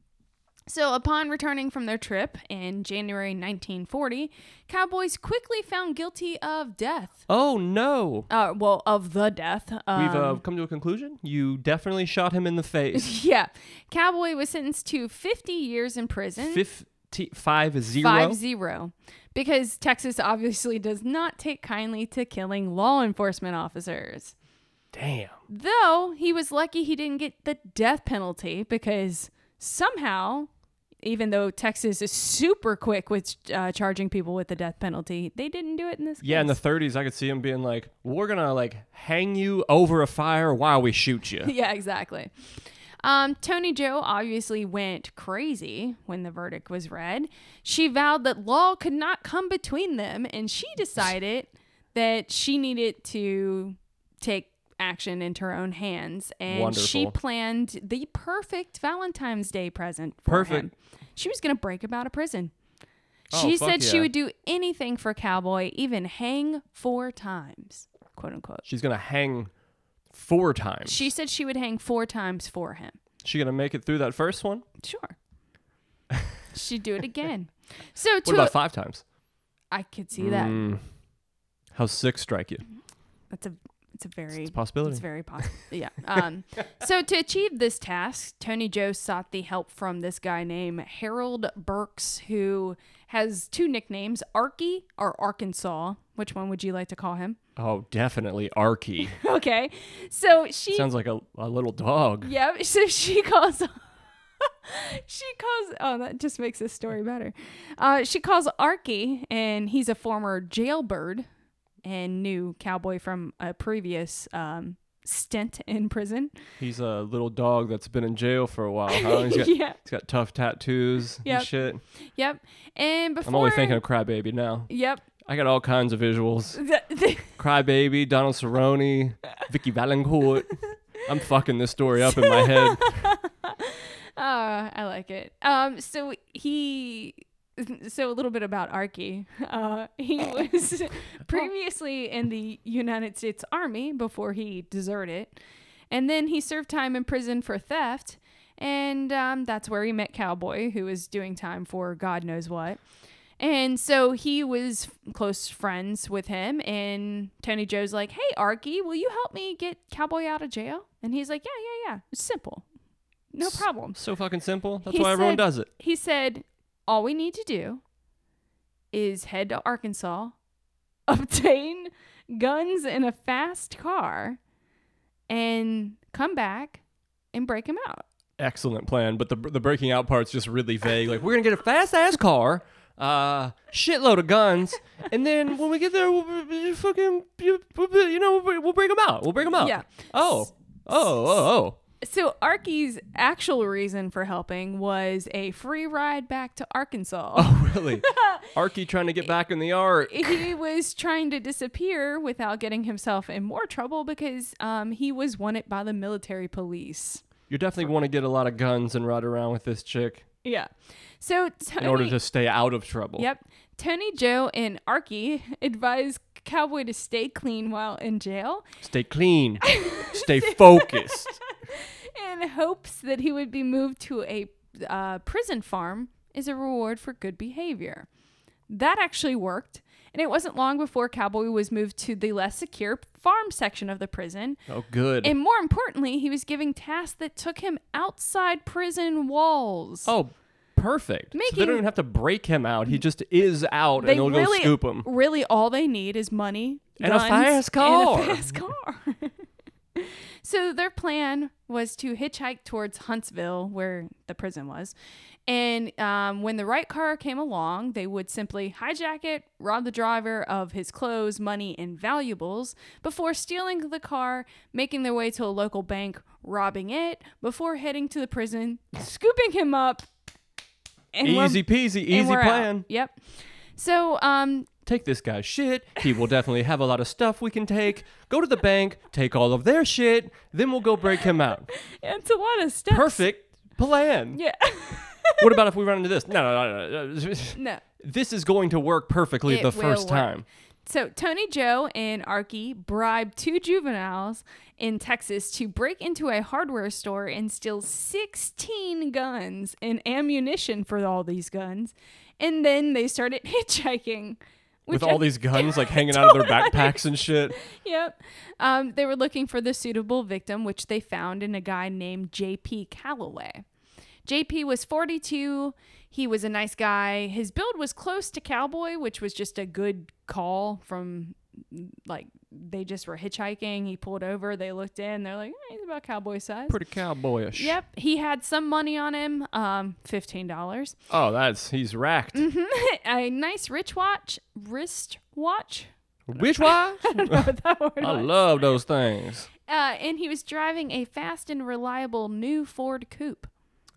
Speaker 3: so, upon returning from their trip in January 1940, cowboys quickly found guilty of death.
Speaker 2: Oh no.
Speaker 3: Uh, well, of the death. Um,
Speaker 2: We've uh, come to a conclusion. You definitely shot him in the face.
Speaker 3: yeah. Cowboy was sentenced to 50 years in prison.
Speaker 2: Fifty five zero.
Speaker 3: Five zero, because Texas obviously does not take kindly to killing law enforcement officers.
Speaker 2: Damn.
Speaker 3: Though he was lucky he didn't get the death penalty because somehow, even though Texas is super quick with uh, charging people with the death penalty, they didn't do it in this.
Speaker 2: Yeah, in the
Speaker 3: case.
Speaker 2: 30s, I could see him being like, "We're gonna like hang you over a fire while we shoot you."
Speaker 3: yeah, exactly. Um, Tony Joe obviously went crazy when the verdict was read. She vowed that law could not come between them, and she decided that she needed to take action into her own hands. And she
Speaker 2: Wonderful.
Speaker 3: planned the perfect Valentine's Day present for him.
Speaker 2: Perfect.
Speaker 3: She was going to break him out of prison.
Speaker 2: Oh,
Speaker 3: she
Speaker 2: fuck
Speaker 3: said she
Speaker 2: yeah.
Speaker 3: would do anything for Cowboy, even hang four times, quote unquote.
Speaker 2: She's gonna hang four times.
Speaker 3: She said she would hang four times for him.
Speaker 2: She gonna make it through that first one?
Speaker 3: Sure. She'd do it again. So
Speaker 2: What
Speaker 3: to
Speaker 2: about five times?
Speaker 3: I could see that.
Speaker 2: Mm. How's six strike you?
Speaker 3: That's a it's a very
Speaker 2: It's a possibility.
Speaker 3: it's very possible. yeah. Um so to achieve this task, Tony Joe sought the help from this guy named Harold Burks who has two nicknames, Arky or Arkansas. Which one would you like to call him?
Speaker 2: oh, definitely Arky.
Speaker 3: Okay. So she
Speaker 2: Sounds like a, a little dog.
Speaker 3: Yeah, so she calls. she calls. Oh, that just makes this story better. Uh, she calls Arky, and he's a former jailbird and new cowboy from a previous um, stint in prison.
Speaker 2: He's a little dog that's been in jail for a while. Huh? He's got,
Speaker 3: Yeah.
Speaker 2: he's got tough tattoos
Speaker 3: Yep.
Speaker 2: and shit.
Speaker 3: Yep. And before.
Speaker 2: I'm only thinking of Crybaby now.
Speaker 3: Yep.
Speaker 2: I got all kinds of visuals.
Speaker 3: The- the-
Speaker 2: Crybaby, Donald Cerrone, Vicky Valancourt. I'm fucking this story up in my head.
Speaker 3: Ah, I like it. Um, so he, so a little bit about Arky. Uh, he was previously in the United States Army before he deserted, and then he served time in prison for theft, and um, that's where he met Cowboy, who was doing time for God knows what. And so he was f- close friends with him, and Tony Joe's like, "Hey, Arky, will you help me get Cowboy out of jail?" And he's like, "Yeah, yeah, yeah. It's simple, no problem."
Speaker 2: So fucking simple. That's
Speaker 3: He
Speaker 2: why everyone
Speaker 3: said-
Speaker 2: does it.
Speaker 3: He said, All we need to do is head to Arkansas, obtain guns in a fast car, and come back and break him out.
Speaker 2: Excellent plan, but the the breaking out part's just really vague. Like we're gonna get a fast ass car. uh, shitload of guns, and then when we get there, we'll, b- b- fucking, you you know, we'll, we'll bring them out. We'll bring them out.
Speaker 3: Yeah.
Speaker 2: Oh. Oh. Oh. Oh.
Speaker 3: So Arky's actual reason for helping was a free ride back to Arkansas.
Speaker 2: Oh, really? Arky trying to get back in the art.
Speaker 3: he was trying to disappear without getting himself in more trouble because um, he was wanted by the military police.
Speaker 2: You definitely want to get a lot of guns and ride around with this chick
Speaker 3: Yeah. So Tony,
Speaker 2: in order to stay out of trouble.
Speaker 3: Yep. Tony, Joe, and Arky advised Cowboy to stay clean while in jail
Speaker 2: Stay clean. stay focused.
Speaker 3: in hopes that he would be moved to a uh, prison farm as a reward for good behavior. That actually worked. And it wasn't long before Cowboy was moved to the less secure farm section of the prison.
Speaker 2: Oh, good.
Speaker 3: And more importantly, he was giving tasks that took him outside prison walls.
Speaker 2: oh, perfect. so they
Speaker 3: Making-
Speaker 2: don't even have to break him out. He just is out,
Speaker 3: they
Speaker 2: and they'll
Speaker 3: really,
Speaker 2: go scoop him.
Speaker 3: Really, all they need is money
Speaker 2: And a
Speaker 3: guns,
Speaker 2: fast car.
Speaker 3: And a fast car. so their plan was to hitchhike towards Huntsville, where the prison was, and um, when the right car came along, they would simply hijack it, rob the driver of his clothes, money, and valuables, before stealing the car, making their way to a local bank, robbing it, before heading to the prison, scooping him up. And we're-
Speaker 2: Easy peasy,
Speaker 3: and
Speaker 2: easy
Speaker 3: we're out.
Speaker 2: plan.
Speaker 3: Yep. So, um,
Speaker 2: Take this guy's shit. He will definitely have a lot of stuff we can take. Go to the bank, take all of their shit, then we'll go break him out.
Speaker 3: it's a lot of steps.
Speaker 2: Perfect plan.
Speaker 3: Yeah.
Speaker 2: What about if we run into this? No, no, no, no. no.
Speaker 3: no.
Speaker 2: This is going to work perfectly
Speaker 3: It
Speaker 2: the
Speaker 3: will
Speaker 2: first
Speaker 3: work.
Speaker 2: time.
Speaker 3: So Tony Joe and Arky bribed two juveniles in Texas to break into a hardware store and steal 16 guns and ammunition for all these guns. And then they started hitchhiking.
Speaker 2: With
Speaker 3: which
Speaker 2: all
Speaker 3: I-
Speaker 2: these guns like hanging out of their backpacks and shit.
Speaker 3: Yep. Um, they were looking for the suitable victim, which they found in a guy named J.P. Calloway. JP was 42. He was a nice guy. His build was close to Cowboy, which was just a good call from like they just were hitchhiking. He pulled over. They looked in. They're like, "Eh, he's about Cowboy size.
Speaker 2: Pretty cowboyish.
Speaker 3: Yep. He had some money on him, um, $15.
Speaker 2: Oh, that's he's racked.
Speaker 3: a nice rich watch, wrist watch.
Speaker 2: Which why?
Speaker 3: That word
Speaker 2: I
Speaker 3: was.
Speaker 2: love those things.
Speaker 3: Uh, and he was driving a fast and reliable new Ford coupe.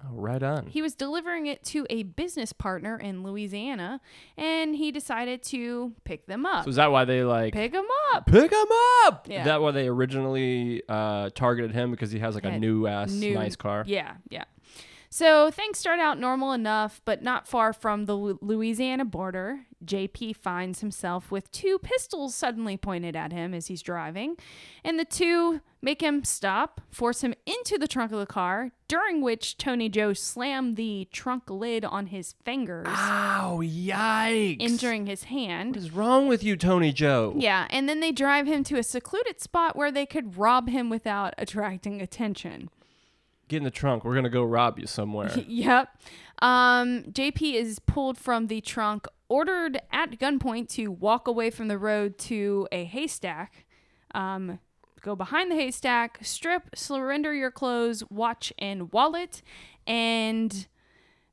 Speaker 2: Oh, right on.
Speaker 3: He was delivering it to a business partner in Louisiana, and he decided to pick them up.
Speaker 2: So is that why they like
Speaker 3: pick them up.
Speaker 2: pick him up?
Speaker 3: Yeah.
Speaker 2: Is that why they originally uh, targeted him because he has like a
Speaker 3: Had
Speaker 2: new ass
Speaker 3: New-
Speaker 2: nice car?
Speaker 3: Yeah, yeah. So things start out normal enough, but not far from the Lu- Louisiana border, JP finds himself with two pistols suddenly pointed at him as he's driving, and the two make him stop, force him into the trunk of the car, during which Tony Joe slammed the trunk lid on his fingers,
Speaker 2: Wow, yikes.
Speaker 3: injuring his hand.
Speaker 2: What is wrong with you, Tony Joe?
Speaker 3: Yeah, and then they drive him to a secluded spot where they could rob him without attracting attention.
Speaker 2: Get in the trunk. We're gonna go rob you somewhere.
Speaker 3: Yep. Um, JP is pulled from the trunk, ordered at gunpoint to walk away from the road to a haystack. Um, go behind the haystack, strip, surrender your clothes, watch, and wallet. And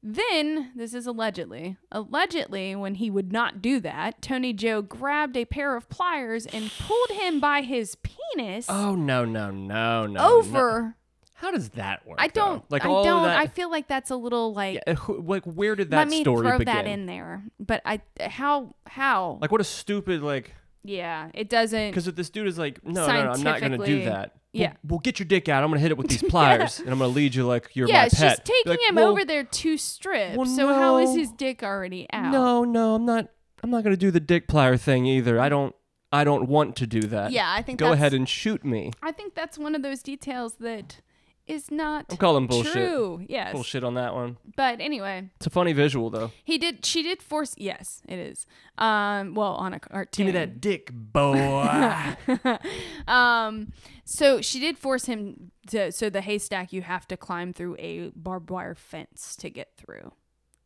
Speaker 3: then, this is allegedly, allegedly, when he would not do that, Tony Joe grabbed a pair of pliers and pulled him by his penis
Speaker 2: oh no, no, no, no. no.
Speaker 3: over.
Speaker 2: How does that work?
Speaker 3: I
Speaker 2: though?
Speaker 3: don't.
Speaker 2: Like
Speaker 3: I
Speaker 2: all
Speaker 3: don't.
Speaker 2: That,
Speaker 3: I feel like that's a little like
Speaker 2: Uh, who- like where did that
Speaker 3: let me
Speaker 2: story
Speaker 3: throw
Speaker 2: begin?
Speaker 3: that in there. But I how how
Speaker 2: Like what a stupid like
Speaker 3: yeah it doesn't
Speaker 2: because if this dude is like no no, no I'm not gonna do
Speaker 3: Scientifically,
Speaker 2: that.
Speaker 3: yeah.
Speaker 2: Well, well, get your dick out. I'm gonna hit it with these pliers and I'm gonna lead you like you're
Speaker 3: yeah
Speaker 2: my
Speaker 3: it's
Speaker 2: pet.
Speaker 3: just
Speaker 2: Be
Speaker 3: taking
Speaker 2: like,
Speaker 3: him
Speaker 2: "Well,
Speaker 3: over there two strips.
Speaker 2: well,
Speaker 3: so how is
Speaker 2: no.
Speaker 3: his dick already out?
Speaker 2: No no I'm not I'm not gonna do the dick plier thing either. I don't I don't want to do that.
Speaker 3: Yeah, I think
Speaker 2: Go
Speaker 3: that's-
Speaker 2: ahead and shoot me.
Speaker 3: I think that's one of those details that is not
Speaker 2: I'm calling Oh, bullshit.
Speaker 3: true. Yes,
Speaker 2: Bullshit on that one.
Speaker 3: but anyway,
Speaker 2: It's a funny visual though.
Speaker 3: he did. She did force. Yes, it is. Um, well, on a cartoon.
Speaker 2: dick, boy.
Speaker 3: Um, so she did force him to. So the haystack, you have to climb through a barbed wire fence to get through.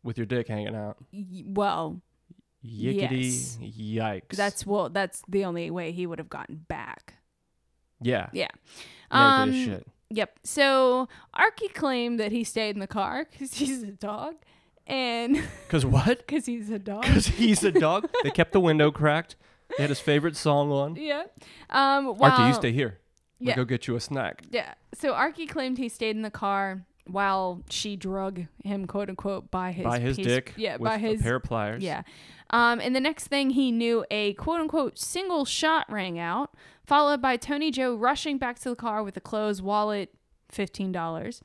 Speaker 2: With your dick hanging out.
Speaker 3: Y- well,
Speaker 2: Yickety
Speaker 3: Yes.
Speaker 2: yikes.
Speaker 3: That's well. That's the only way he would have gotten back.
Speaker 2: yeah.
Speaker 3: Yeah.
Speaker 2: Naked as
Speaker 3: Um,
Speaker 2: shit.
Speaker 3: Yep. So Arky claimed that he stayed in the car because he's a dog, and
Speaker 2: Because what?
Speaker 3: because he's a dog.
Speaker 2: Because he's a dog. they kept the window cracked. They had his favorite song on.
Speaker 3: Yeah. Um. While,
Speaker 2: Arky, you stay here. We
Speaker 3: Yeah.
Speaker 2: go get you a snack.
Speaker 3: Yeah. So Arky claimed he stayed in the car while she drug him, quote unquote, by his
Speaker 2: Buy his
Speaker 3: piece-
Speaker 2: dick.
Speaker 3: Yeah.
Speaker 2: with
Speaker 3: By his
Speaker 2: a pair of pliers.
Speaker 3: Yeah. Um, and the next thing he knew, a quote unquote single shot rang out, followed by Tony Joe rushing back to the car with the clothes, wallet, $15,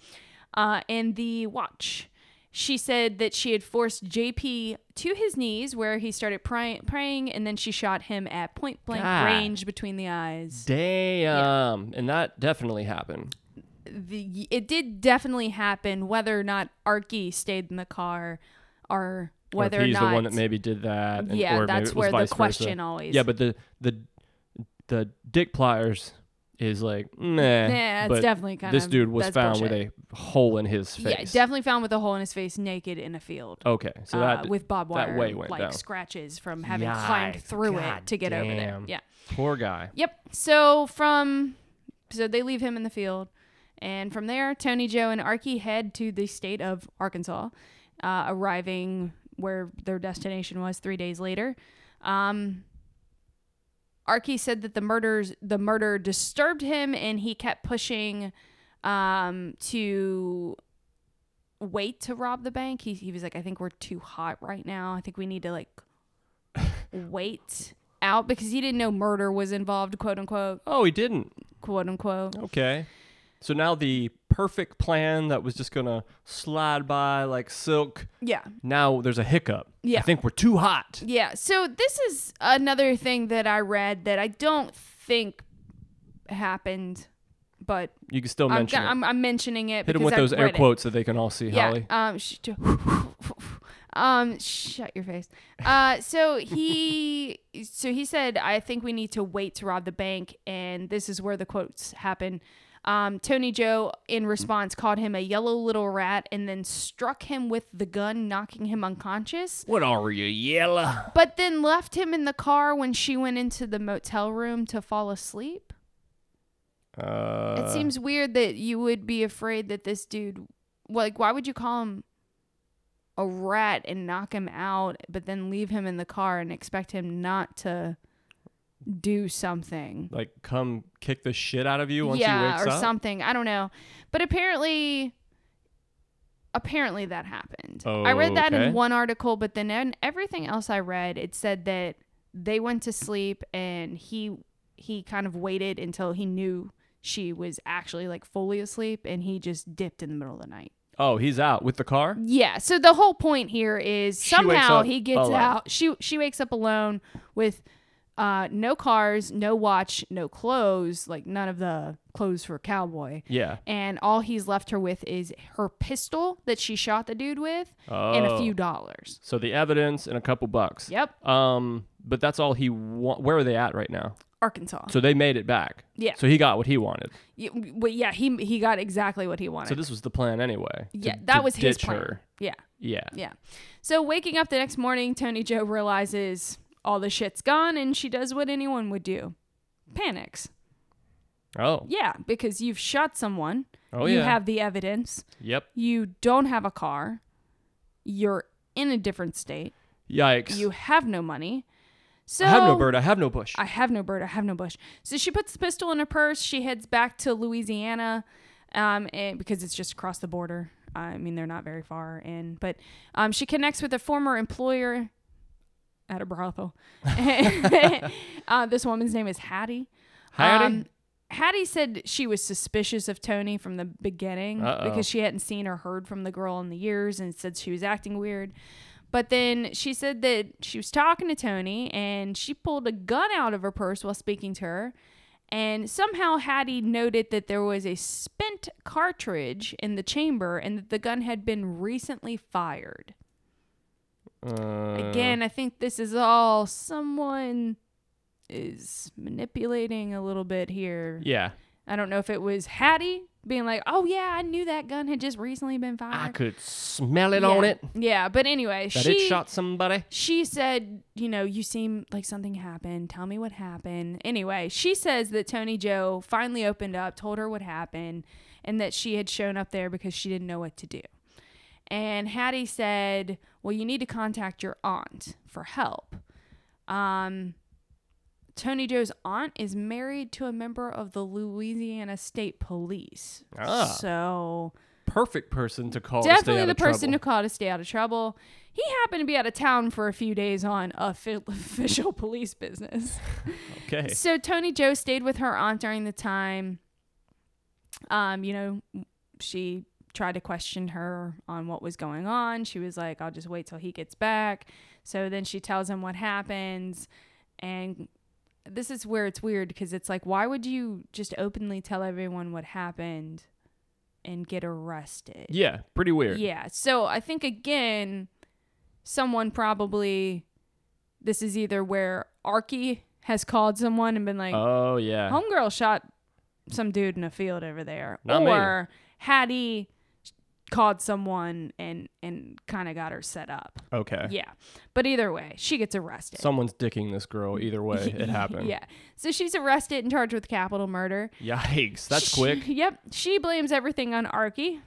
Speaker 3: uh, and the watch. She said that she had forced JP to his knees where he started pry- praying, and then she shot him at point blank
Speaker 2: God.
Speaker 3: range between the eyes.
Speaker 2: Damn. And that definitely happened.
Speaker 3: The, it did definitely happen, whether or not Arky stayed in the car or
Speaker 2: Or if
Speaker 3: whether or,
Speaker 2: he's
Speaker 3: not.
Speaker 2: the one that maybe did that. and- or
Speaker 3: Yeah,
Speaker 2: maybe
Speaker 3: that's
Speaker 2: it was
Speaker 3: where the
Speaker 2: vice versa.
Speaker 3: question always-
Speaker 2: Yeah, but the the the dick pliers is like nah.
Speaker 3: Nah, it's
Speaker 2: but
Speaker 3: definitely kind
Speaker 2: this
Speaker 3: of-
Speaker 2: dude was
Speaker 3: that's
Speaker 2: found
Speaker 3: bullshit.
Speaker 2: with a hole in his face.
Speaker 3: Yeah, definitely found with a hole in his face, naked in a field.
Speaker 2: Okay, so
Speaker 3: uh,
Speaker 2: that
Speaker 3: with barbed
Speaker 2: that
Speaker 3: wire,
Speaker 2: way went
Speaker 3: like
Speaker 2: down.
Speaker 3: scratches from having
Speaker 2: Yikes.
Speaker 3: climbed through
Speaker 2: God
Speaker 3: it to get over there.
Speaker 2: damn.
Speaker 3: Yeah.
Speaker 2: Poor guy.
Speaker 3: Yep. So from, so they leave him in the field, and from there, Tony, Joe, and Archie head to the state of Arkansas, uh, arriving where their destination was three days later. Um, Archie said that the murders, the murder disturbed him, and he kept pushing um, to wait to rob the bank. He, he was like, I think we're too hot right now. I think we need to like wait out because he didn't know murder was involved, quote unquote,
Speaker 2: Oh, he didn't.
Speaker 3: quote unquote.
Speaker 2: Okay. So now the perfect plan that was just gonna slide by like silk.
Speaker 3: Yeah.
Speaker 2: Now there's a hiccup. I
Speaker 3: Yeah.
Speaker 2: think we're too hot.
Speaker 3: Yeah. So this is another thing that I read that I don't think happened, but
Speaker 2: You can still
Speaker 3: I'm,
Speaker 2: mention
Speaker 3: go-
Speaker 2: it.
Speaker 3: I'm, I'm mentioning it.
Speaker 2: Hit him
Speaker 3: because
Speaker 2: with
Speaker 3: I've
Speaker 2: those air
Speaker 3: read it.
Speaker 2: quotes so they can all see
Speaker 3: Yeah.
Speaker 2: Holly.
Speaker 3: Um, sh- um, shut your face. Uh, so he, so he said, I think we need to wait to rob the bank, and this is where the quotes happen. Um, Tony Joe, in response, called him a yellow little rat, and then struck him with the gun, knocking him unconscious.
Speaker 2: What are you, yellow?
Speaker 3: But then left him in the car when she went into the motel room to fall asleep.
Speaker 2: Uh,
Speaker 3: it seems weird that you would be afraid that this dude like why would you call him a rat and knock him out but then leave him in the car and expect him not to do something
Speaker 2: like come kick the shit out of you once he
Speaker 3: yeah
Speaker 2: wakes
Speaker 3: or
Speaker 2: up.
Speaker 3: something i don't know but apparently apparently that happened i read that
Speaker 2: Okay.
Speaker 3: in one article but then in everything else i read it said that they went to sleep and he he kind of waited until he knew she was actually like fully asleep and he just dipped in the middle of the night
Speaker 2: Oh, he's out with the car.
Speaker 3: yeah so the whole point here is
Speaker 2: She wakes
Speaker 3: somehow
Speaker 2: up
Speaker 3: he gets
Speaker 2: alone.
Speaker 3: out she she wakes up alone with uh no cars no watch no clothes like none of the clothes for a cowboy
Speaker 2: Yeah.
Speaker 3: and all he's left her with is her pistol that she shot the dude with
Speaker 2: Oh.
Speaker 3: and a few dollars.
Speaker 2: So the evidence and a couple bucks.
Speaker 3: Yep,
Speaker 2: Um, but that's all he. Wa- Where are they at right now?
Speaker 3: Arkansas.
Speaker 2: So they made it back.
Speaker 3: Yeah.
Speaker 2: So he got what he wanted.
Speaker 3: Y- But yeah, he he got exactly what he wanted.
Speaker 2: So this was the plan anyway. to-
Speaker 3: yeah,
Speaker 2: to
Speaker 3: that was his
Speaker 2: ditch
Speaker 3: plan.
Speaker 2: her.
Speaker 3: Yeah,
Speaker 2: Yeah.
Speaker 3: yeah. So waking up the next morning, Tony Joe realizes all the shit's gone, and she does what anyone would do, panics.
Speaker 2: Oh.
Speaker 3: Yeah, because you've shot someone.
Speaker 2: Oh
Speaker 3: you
Speaker 2: yeah.
Speaker 3: have the evidence.
Speaker 2: Yep.
Speaker 3: You don't have a car. You're in a different state.
Speaker 2: Yikes.
Speaker 3: You have no money. So
Speaker 2: I have no bird. I have no bush.
Speaker 3: I have no bird. I have no bush. So she puts the pistol in her purse. She heads back to Louisiana, um, and, because it's just across the border. I mean, they're not very far in, but um, she connects with a former employer at a brothel. uh, this woman's name is Hattie.
Speaker 2: Howdy.
Speaker 3: Um, Hattie said she was suspicious of Tony from the beginning
Speaker 2: Uh-oh.
Speaker 3: because she hadn't seen or heard from the girl in the years and said she was acting weird. But then she said that she was talking to Tony and she pulled a gun out of her purse while speaking to her. And somehow Hattie noted that there was a spent cartridge in the chamber and that the gun had been recently fired.
Speaker 2: Uh,
Speaker 3: um, Again, I think this is all someone is manipulating a little bit here.
Speaker 2: Yeah.
Speaker 3: I don't know if it was Hattie being like, "Oh yeah, I knew that gun had just recently been fired."
Speaker 2: I could smell it
Speaker 3: yeah.
Speaker 2: on it.
Speaker 3: Yeah, but anyway,
Speaker 2: That
Speaker 3: she
Speaker 2: it shot somebody.
Speaker 3: she said, "You know, you seem like something happened. Tell me what happened." Anyway, she says that Tony Joe finally opened up, told her what happened, and that she had shown up there because she didn't know what to do. And Hattie said, Well, you need to contact your aunt for help. Um, Tony Joe's aunt is married to a member of the Louisiana State Police.
Speaker 2: Ah.
Speaker 3: So
Speaker 2: Perfect person to call. to stay
Speaker 3: definitely
Speaker 2: out
Speaker 3: the
Speaker 2: of
Speaker 3: person to
Speaker 2: trouble.
Speaker 3: call to stay out of trouble. He happened to be out of town for a few days on offi- official police business.
Speaker 2: Okay.
Speaker 3: So Tony Joe stayed with her aunt during the time. Um, you know, she tried to question her on what was going on. She was like, "I'll just wait till he gets back." So then she tells him what happens, and this is where it's weird because it's like, why would you just openly tell everyone what happened and get arrested?
Speaker 2: Yeah, pretty weird.
Speaker 3: Yeah. So I think again, someone probably this is either where Arky has called someone and been like,
Speaker 2: Oh yeah.
Speaker 3: "Homegirl shot some dude in a field over there,"
Speaker 2: Not me.
Speaker 3: or Hattie called someone and and kind of got her set up.
Speaker 2: Okay.
Speaker 3: Yeah. But either way, she gets arrested.
Speaker 2: Someone's dicking this girl. Either way, it happened.
Speaker 3: Yeah. So she's arrested and charged with capital murder.
Speaker 2: Yikes. That's
Speaker 3: She-
Speaker 2: quick.
Speaker 3: Yep. She blames everything on Arky.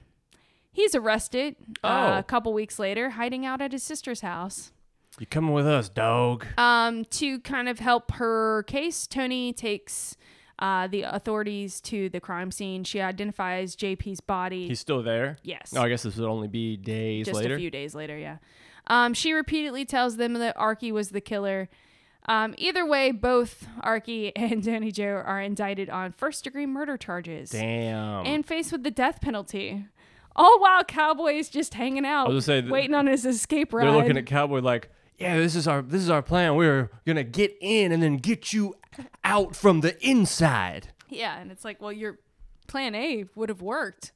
Speaker 3: He's arrested uh,
Speaker 2: Oh.
Speaker 3: a couple weeks later, hiding out at his sister's house.
Speaker 2: You coming with us, dog?
Speaker 3: Um, to kind of help her case, Tony takes uh, the authorities to the crime scene. She identifies JP's body.
Speaker 2: He's still there.
Speaker 3: yes.
Speaker 2: No, I guess this would only be days
Speaker 3: just
Speaker 2: later.
Speaker 3: a few days later, yeah. Um, she repeatedly tells them that Arky was the killer. Um, either way, both Arky and Tony Joe are indicted on first degree murder charges.
Speaker 2: Damn.
Speaker 3: and faced with the death penalty. Oh, All while Cowboy's just hanging out,
Speaker 2: was gonna say, th-
Speaker 3: waiting on his escape ride.
Speaker 2: They're looking at Cowboy like, yeah, this is our this is our plan. We're gonna get in and then get you out from the inside.
Speaker 3: yeah, and it's like, well, your plan A would have worked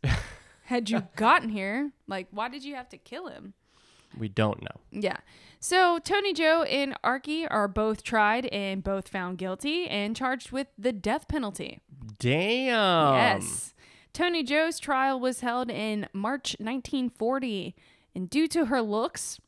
Speaker 3: had you gotten here. Like, why did you have to kill him?
Speaker 2: We don't know.
Speaker 3: Yeah. So Tony Joe and Arky are both tried and both found guilty and charged with the death penalty.
Speaker 2: Damn.
Speaker 3: Yes. Tony Joe's trial was held in March 1940, and due to her looks,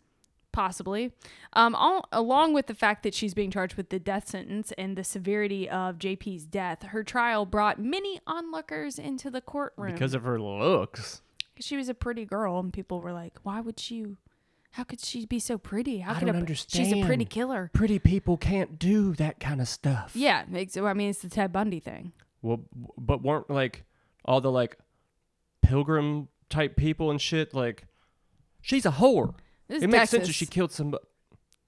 Speaker 3: possibly, um, all, along with the fact that she's being charged with the death sentence and the severity of JP's death, her trial brought many onlookers into the courtroom.
Speaker 2: Because of her looks.
Speaker 3: she was a pretty girl, and people were like, "Why would she? How could she be so pretty? How
Speaker 2: I
Speaker 3: could
Speaker 2: don't
Speaker 3: a,
Speaker 2: understand.
Speaker 3: She's a pretty killer."
Speaker 2: Pretty people can't do that kind of stuff.
Speaker 3: Yeah, it's- I mean it's the Ted Bundy thing.
Speaker 2: Well, but weren't like all the like pilgrim type people and shit like she's a whore.
Speaker 3: This is
Speaker 2: it makes sense
Speaker 3: Texas.
Speaker 2: that she killed some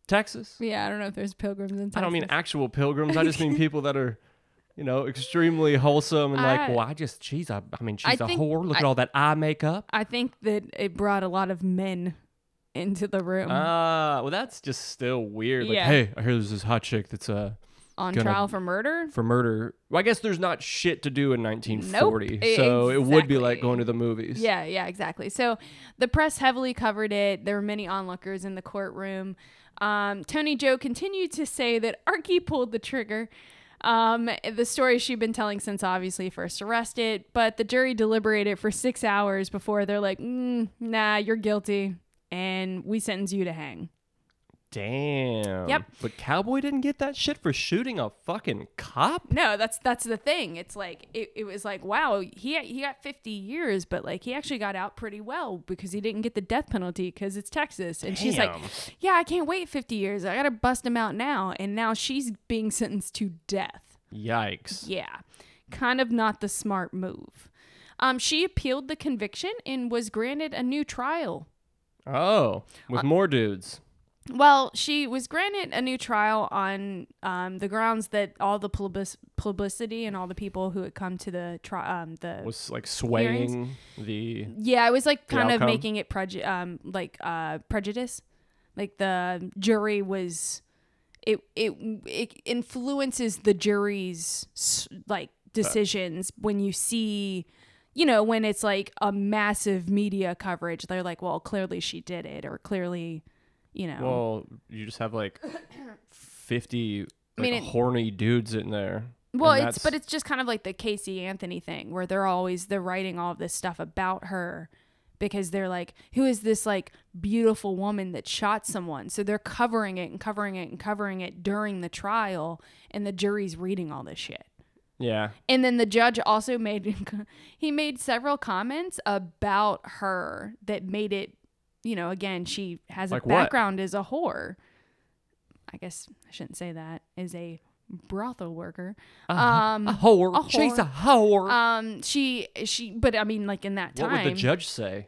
Speaker 2: Texas.
Speaker 3: Yeah, I don't know if there's pilgrims in Texas.
Speaker 2: I don't mean actual pilgrims. I just mean people that are, you know, extremely wholesome and like,
Speaker 3: I-
Speaker 2: well, I just she's a, I mean,
Speaker 3: I
Speaker 2: she's a
Speaker 3: think-
Speaker 2: whore. Look at
Speaker 3: I-
Speaker 2: all that eye makeup.
Speaker 3: I think that it brought a lot of men into the room
Speaker 2: Ah, well, that's just still weird. Like,
Speaker 3: Mm-hmm. Yeah.
Speaker 2: hey, I hear there's this hot chick that's uh
Speaker 3: on
Speaker 2: gonna-
Speaker 3: trial for murder.
Speaker 2: for murder. Well, I guess there's not shit to do in 1940, so it would be like
Speaker 3: exactly.
Speaker 2: going to the movies.
Speaker 3: Yeah, yeah, exactly. So the press heavily covered it. There were many onlookers in the courtroom. Um, Tony Joe continued to say that Arky pulled the trigger. Um, the story she'd been telling since obviously first arrested, but the jury deliberated for six hours before they're like, mm, nah, you're guilty, and we sentence you to hang.
Speaker 2: Damn.
Speaker 3: Yep.
Speaker 2: But Cowboy didn't get that shit for shooting a fucking cop.
Speaker 3: No, that's that's the thing. It's like it, it was like wow, he he got 50 years, but like he actually got out pretty well because he didn't get the death penalty because it's Texas. And she's like,
Speaker 2: Damn.
Speaker 3: yeah, I can't wait 50 years. I gotta bust him out now. And now she's being sentenced to death.
Speaker 2: Yikes.
Speaker 3: Yeah, kind of not the smart move. Um, she appealed the conviction and was granted a new trial.
Speaker 2: Oh,
Speaker 3: Uh,
Speaker 2: with more dudes.
Speaker 3: Well, she was granted a new trial on um, the grounds that all the publis- publicity and all the people who had come to the tri- um, the
Speaker 2: Was like swaying the.
Speaker 3: Yeah, it was like
Speaker 2: The
Speaker 3: kind of
Speaker 2: outcome?
Speaker 3: making it preju- um like uh prejudice. Like the jury was it it it influences the jury's s-
Speaker 2: Uh,
Speaker 3: like decisions when you see you know when it's like a massive media coverage they're like well clearly she did it or clearly you know
Speaker 2: Well, you just have like 50 like,
Speaker 3: mean, it-
Speaker 2: horny dudes in there.
Speaker 3: Well,
Speaker 2: and
Speaker 3: it's
Speaker 2: that's-
Speaker 3: but it's just kind of like the Casey Anthony thing where they're always they're writing all this stuff about her because they're like, who is this like beautiful woman that shot someone? So they're covering it and covering it and covering it during the trial, and the jury's reading all this shit.
Speaker 2: yeah.
Speaker 3: And then the judge also made he made several comments about her that made it you know, again, she has
Speaker 2: Like
Speaker 3: a
Speaker 2: what?
Speaker 3: background as a whore. I guess I shouldn't say that. Is a brothel worker. um,
Speaker 2: Uh-huh. a whore.
Speaker 3: a
Speaker 2: She's a
Speaker 3: whore.
Speaker 2: whore.
Speaker 3: Um, she she, but I mean, like in that
Speaker 2: what
Speaker 3: time,
Speaker 2: would the judge say?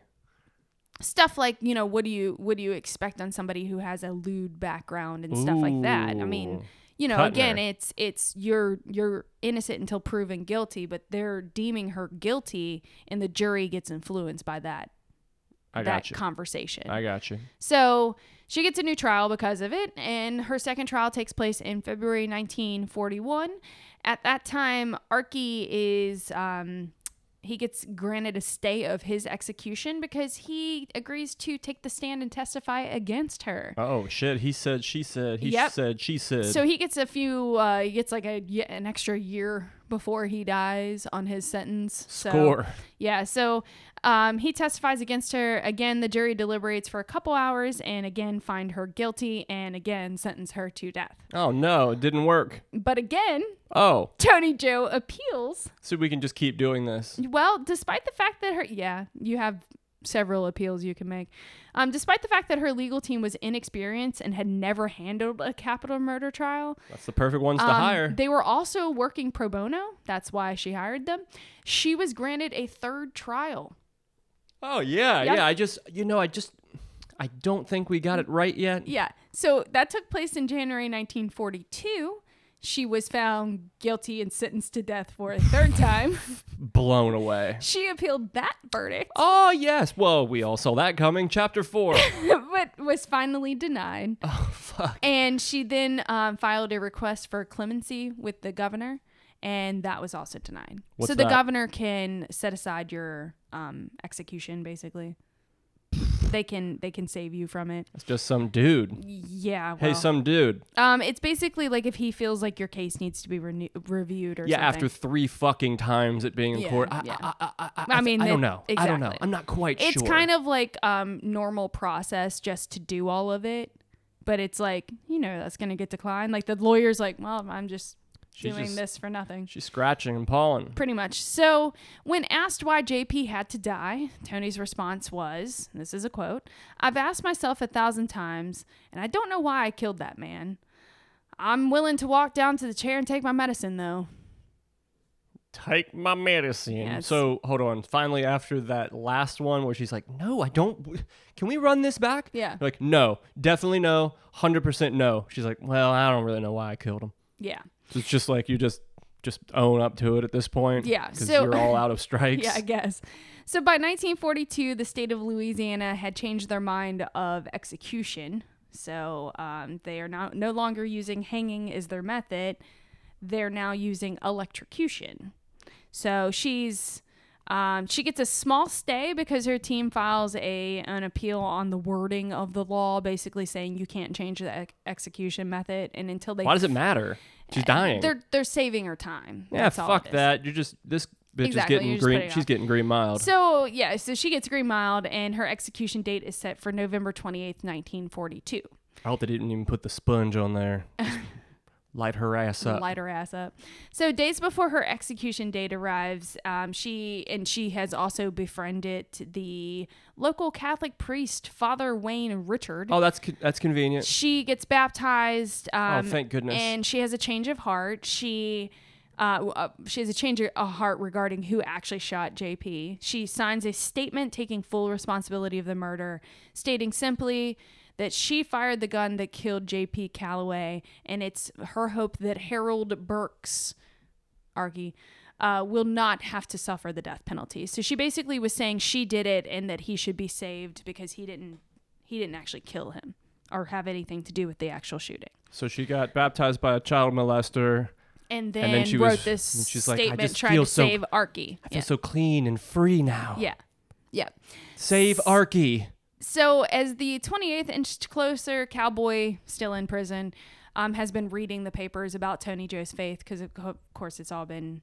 Speaker 3: stuff like you know, what do you what do you expect on somebody who has a lewd background and stuff like that? I mean,
Speaker 2: Ooh.
Speaker 3: you know,
Speaker 2: Cutting
Speaker 3: again,
Speaker 2: her.
Speaker 3: it's it's you're you're innocent until proven guilty, but they're deeming her guilty, and the jury gets influenced by that
Speaker 2: I
Speaker 3: that
Speaker 2: got you.
Speaker 3: conversation.
Speaker 2: I got you.
Speaker 3: So she gets a new trial because of it, and her second trial takes place in February 1941. At that time, Archie is. Um, he gets granted a stay of his execution because he agrees to take the stand and testify against her.
Speaker 2: Oh shit! He said. She said. He
Speaker 3: Yep.
Speaker 2: said. She said.
Speaker 3: So he gets a few, uh, he gets like a ye- an extra year before he dies on his sentence. So,
Speaker 2: Score.
Speaker 3: Yeah. So um, he testifies against her. Again, the jury deliberates for a couple hours and again find her guilty and again sentence her to death.
Speaker 2: Oh no! It didn't work.
Speaker 3: But again,
Speaker 2: Oh,
Speaker 3: Tony Joe appeals.
Speaker 2: so we can just keep doing this.
Speaker 3: Well, despite the fact that her yeah, you have several appeals you can make. Um, despite the fact that her legal team was inexperienced and had never handled a capital murder trial,
Speaker 2: That's the perfect ones to
Speaker 3: um,
Speaker 2: hire.
Speaker 3: They were also working pro bono. That's why she hired them. She was granted a third trial.
Speaker 2: Oh yeah,
Speaker 3: Yep.
Speaker 2: yeah. I just, you know, I just, I don't think we got it right yet.
Speaker 3: Yeah. So that took place in January 1942. She was found guilty and sentenced to death for a third time.
Speaker 2: Blown away.
Speaker 3: she appealed that verdict,
Speaker 2: Oh yes. Well, we all saw that coming. Chapter four.
Speaker 3: but was finally denied.
Speaker 2: oh fuck.
Speaker 3: And she then um, filed a request for clemency with the governor, and that was also denied.
Speaker 2: What's
Speaker 3: so the
Speaker 2: that?
Speaker 3: governor can set aside your um, execution, basically. They can they can save you from it.
Speaker 2: It's just some dude.
Speaker 3: Yeah. Well,
Speaker 2: hey, some dude.
Speaker 3: um, it's basically like if he feels like your case needs to be renew- reviewed or
Speaker 2: Yeah.
Speaker 3: something.
Speaker 2: After three fucking times it being in
Speaker 3: Yeah,
Speaker 2: court, I,
Speaker 3: yeah.
Speaker 2: I, I, I, I,
Speaker 3: I mean,
Speaker 2: I don't
Speaker 3: that-
Speaker 2: know. I don't know.
Speaker 3: exactly.
Speaker 2: I'm not quite
Speaker 3: it's
Speaker 2: sure.
Speaker 3: kind of like um normal process just to do all of it, but it's like you know that's gonna get declined. Like the lawyer's like, well, I'm just
Speaker 2: She's
Speaker 3: doing
Speaker 2: just-
Speaker 3: this for nothing.
Speaker 2: She's scratching and pawing.
Speaker 3: Pretty much. So, when asked why JP had to die, Tony's response was this is a quote I've asked myself a thousand times, and I don't know why I killed that man. I'm willing to walk down to the chair and take my medicine, though.
Speaker 2: Take my medicine.
Speaker 3: Yes.
Speaker 2: So hold on. Finally, after that last one where she's like, "No, I don't. Can we run this back?"
Speaker 3: Yeah.
Speaker 2: Like, no, definitely no, hundred percent no. She's like, "Well, I don't really know why I killed him."
Speaker 3: Yeah.
Speaker 2: So it's just like you just just own up to it at this point.
Speaker 3: Yeah,
Speaker 2: Because
Speaker 3: so-
Speaker 2: you're all out of strikes.
Speaker 3: Yeah, I guess. So by 1942, the state of Louisiana had changed their mind of execution. So um, they are now no longer using hanging as their method. They're now using electrocution. So she's um, she gets a small stay because her team files a an appeal on the wording of the law, basically saying you can't change the ex- execution method. And until they
Speaker 2: Why does it matter? She's dying.
Speaker 3: Uh, They're they're saving her time.
Speaker 2: yeah,
Speaker 3: That's all it
Speaker 2: fuck
Speaker 3: is.
Speaker 2: that. You're just this bitch
Speaker 3: Exactly,
Speaker 2: is getting
Speaker 3: you're just
Speaker 2: green.
Speaker 3: putting it
Speaker 2: She's
Speaker 3: off.
Speaker 2: getting green mild.
Speaker 3: So yeah, so she gets green mild, and her execution date is set for November twenty eighth, nineteen forty two.
Speaker 2: I hope they didn't even put the sponge on there. Just Light her ass up.
Speaker 3: Light her ass up. So days before her execution date arrives, um, she and she has also befriended the local Catholic priest, Father Wayne Richard.
Speaker 2: Oh, that's co- that's convenient. Oh,
Speaker 3: She gets baptized. Um,
Speaker 2: thank goodness.
Speaker 3: And she has a change of heart. She. Uh, w- uh, she has a change of uh, heart regarding who actually shot JP. She signs a statement taking full responsibility of the murder, stating simply that she fired the gun that killed JP Calloway, and it's her hope that Harold Burks, Argy, uh, will not have to suffer the death penalty. So she basically was saying she did it and that he should be saved because he didn't he didn't actually kill him or have anything to do with the actual shooting.
Speaker 2: So she got baptized by a child molester.
Speaker 3: And then,
Speaker 2: And then she
Speaker 3: wrote
Speaker 2: was-
Speaker 3: this
Speaker 2: and she's like, "I
Speaker 3: statement
Speaker 2: just
Speaker 3: trying
Speaker 2: feel
Speaker 3: to
Speaker 2: so-
Speaker 3: save Arky.
Speaker 2: I feel
Speaker 3: Yeah.
Speaker 2: so clean and free now.
Speaker 3: yeah. Yeah.
Speaker 2: Save Arky.
Speaker 3: So as the 28th inch closer, Cowboy, still in prison, um, has been reading the papers about Tony Joe's faith because, of, co- of course, it's all been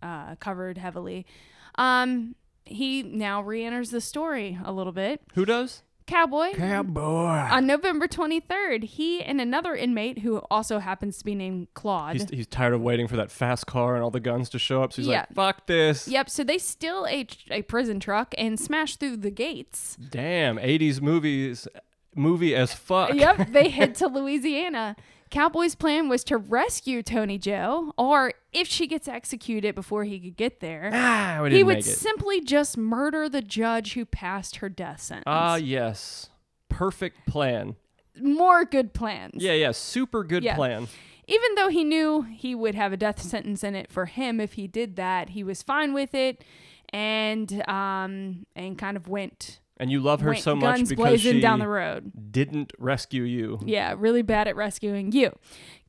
Speaker 3: uh, covered heavily. Um, he now re enters the story a little bit.
Speaker 2: Who does?
Speaker 3: Cowboy.
Speaker 2: Cowboy.
Speaker 3: on November 23rd, he and another inmate who also happens to be named Claude.
Speaker 2: He's, he's tired of waiting for that fast car and all the guns to show up. So he's like,
Speaker 3: Yeah.
Speaker 2: fuck this.
Speaker 3: yep, so they steal a, tr- a prison truck and smash through the gates.
Speaker 2: Damn, 80s movies, movie as fuck.
Speaker 3: Yep, they head to Louisiana. Cowboy's plan was to rescue Tony Joe, or if she gets executed before he could get there,
Speaker 2: Ah, we didn't
Speaker 3: he would
Speaker 2: make it.
Speaker 3: simply just murder the judge who passed her death sentence.
Speaker 2: Ah, yes. Perfect plan.
Speaker 3: More good plans.
Speaker 2: Yeah, yeah. Super good
Speaker 3: Yeah.
Speaker 2: plan.
Speaker 3: Even though he knew he would have a death sentence in it for him if he did that, he was fine with it, and um and kind of went,
Speaker 2: And you love her
Speaker 3: went
Speaker 2: so much
Speaker 3: guns
Speaker 2: because
Speaker 3: blazing
Speaker 2: she
Speaker 3: down the road.
Speaker 2: didn't rescue you.
Speaker 3: Yeah, really bad at rescuing you.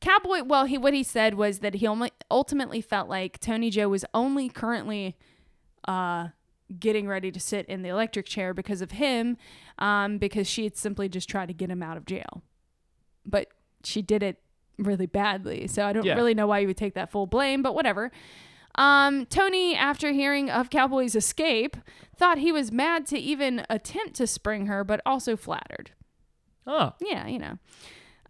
Speaker 3: Cowboy. Well, he what he said was that he only ultimately felt like Tony Joe was only currently uh getting ready to sit in the electric chair because of him, um because she had simply just tried to get him out of jail, but she did it really badly. So I don't
Speaker 2: Yeah.
Speaker 3: really know why you would take that full blame, but whatever. Um, Tony, after hearing of Cowboy's escape, thought he was mad to even attempt to spring her, but also flattered.
Speaker 2: Oh,
Speaker 3: Yeah, you know.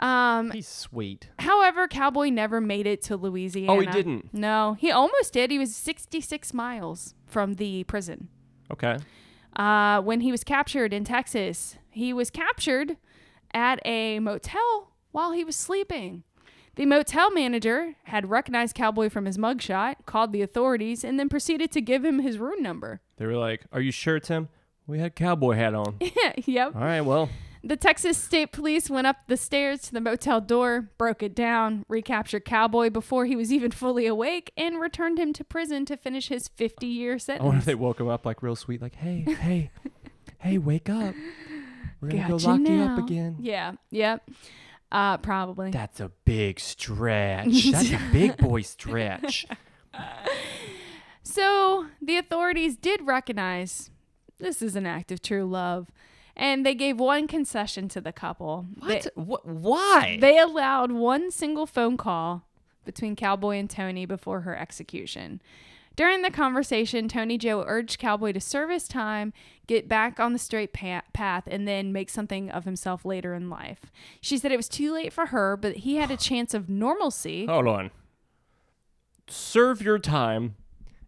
Speaker 3: Um,
Speaker 2: he's sweet.
Speaker 3: however, Cowboy never made it to Louisiana.
Speaker 2: Oh, he didn't?
Speaker 3: No, he almost did. He was 66 miles from the prison.
Speaker 2: Okay.
Speaker 3: Uh, when he was captured in Texas, he was captured at a motel while he was sleeping. The motel manager had recognized Cowboy from his mugshot, called the authorities, and then proceeded to give him his room number.
Speaker 2: They were like, Are you sure, Tim? We had cowboy hat on.
Speaker 3: yep.
Speaker 2: All right, well,
Speaker 3: The Texas State Police went up the stairs to the motel door, broke it down, recaptured Cowboy before he was even fully awake, and returned him to prison to finish his 50 year
Speaker 2: I wonder if
Speaker 3: sentence.
Speaker 2: they woke him up like real sweet, like, Hey, hey, hey, wake up. We're going to
Speaker 3: Gotcha
Speaker 2: go lock you up
Speaker 3: now.
Speaker 2: again.
Speaker 3: Yeah, yep. Uh, probably.
Speaker 2: That's a big stretch. That's a big boy stretch.
Speaker 3: So the authorities did recognize this is an act of true love, and they gave one concession to the couple. They-
Speaker 2: What? Why?
Speaker 3: They allowed one single phone call between Cowboy and Tony before her execution. During the conversation, Tony Joe urged Cowboy to serve his time, get back on the straight pa- path, and then make something of himself later in life. She said it was too late for her, but he had a chance of normalcy.
Speaker 2: Hold on. Serve your time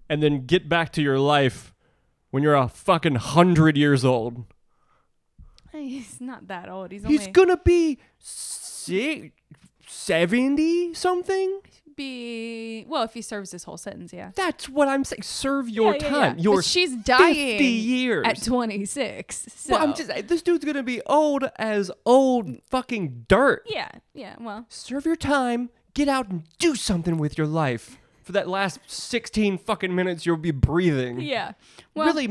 Speaker 2: and then get back to your life when you're a fucking hundred years old.
Speaker 3: He's not that old. He's,
Speaker 2: He's
Speaker 3: only
Speaker 2: gonna be si 70 something?
Speaker 3: be well if he serves his whole sentence. Yeah,
Speaker 2: That's what I'm saying. Serve your
Speaker 3: Yeah, yeah, yeah.
Speaker 2: time.
Speaker 3: But
Speaker 2: Your
Speaker 3: she's dying
Speaker 2: 50 years.
Speaker 3: at twenty six. So
Speaker 2: well, I'm just this dude's gonna be old as old fucking dirt.
Speaker 3: yeah, yeah. Well,
Speaker 2: Serve your time, get out and do something with your life. For that last 16 fucking minutes you'll be breathing.
Speaker 3: yeah. Well,
Speaker 2: really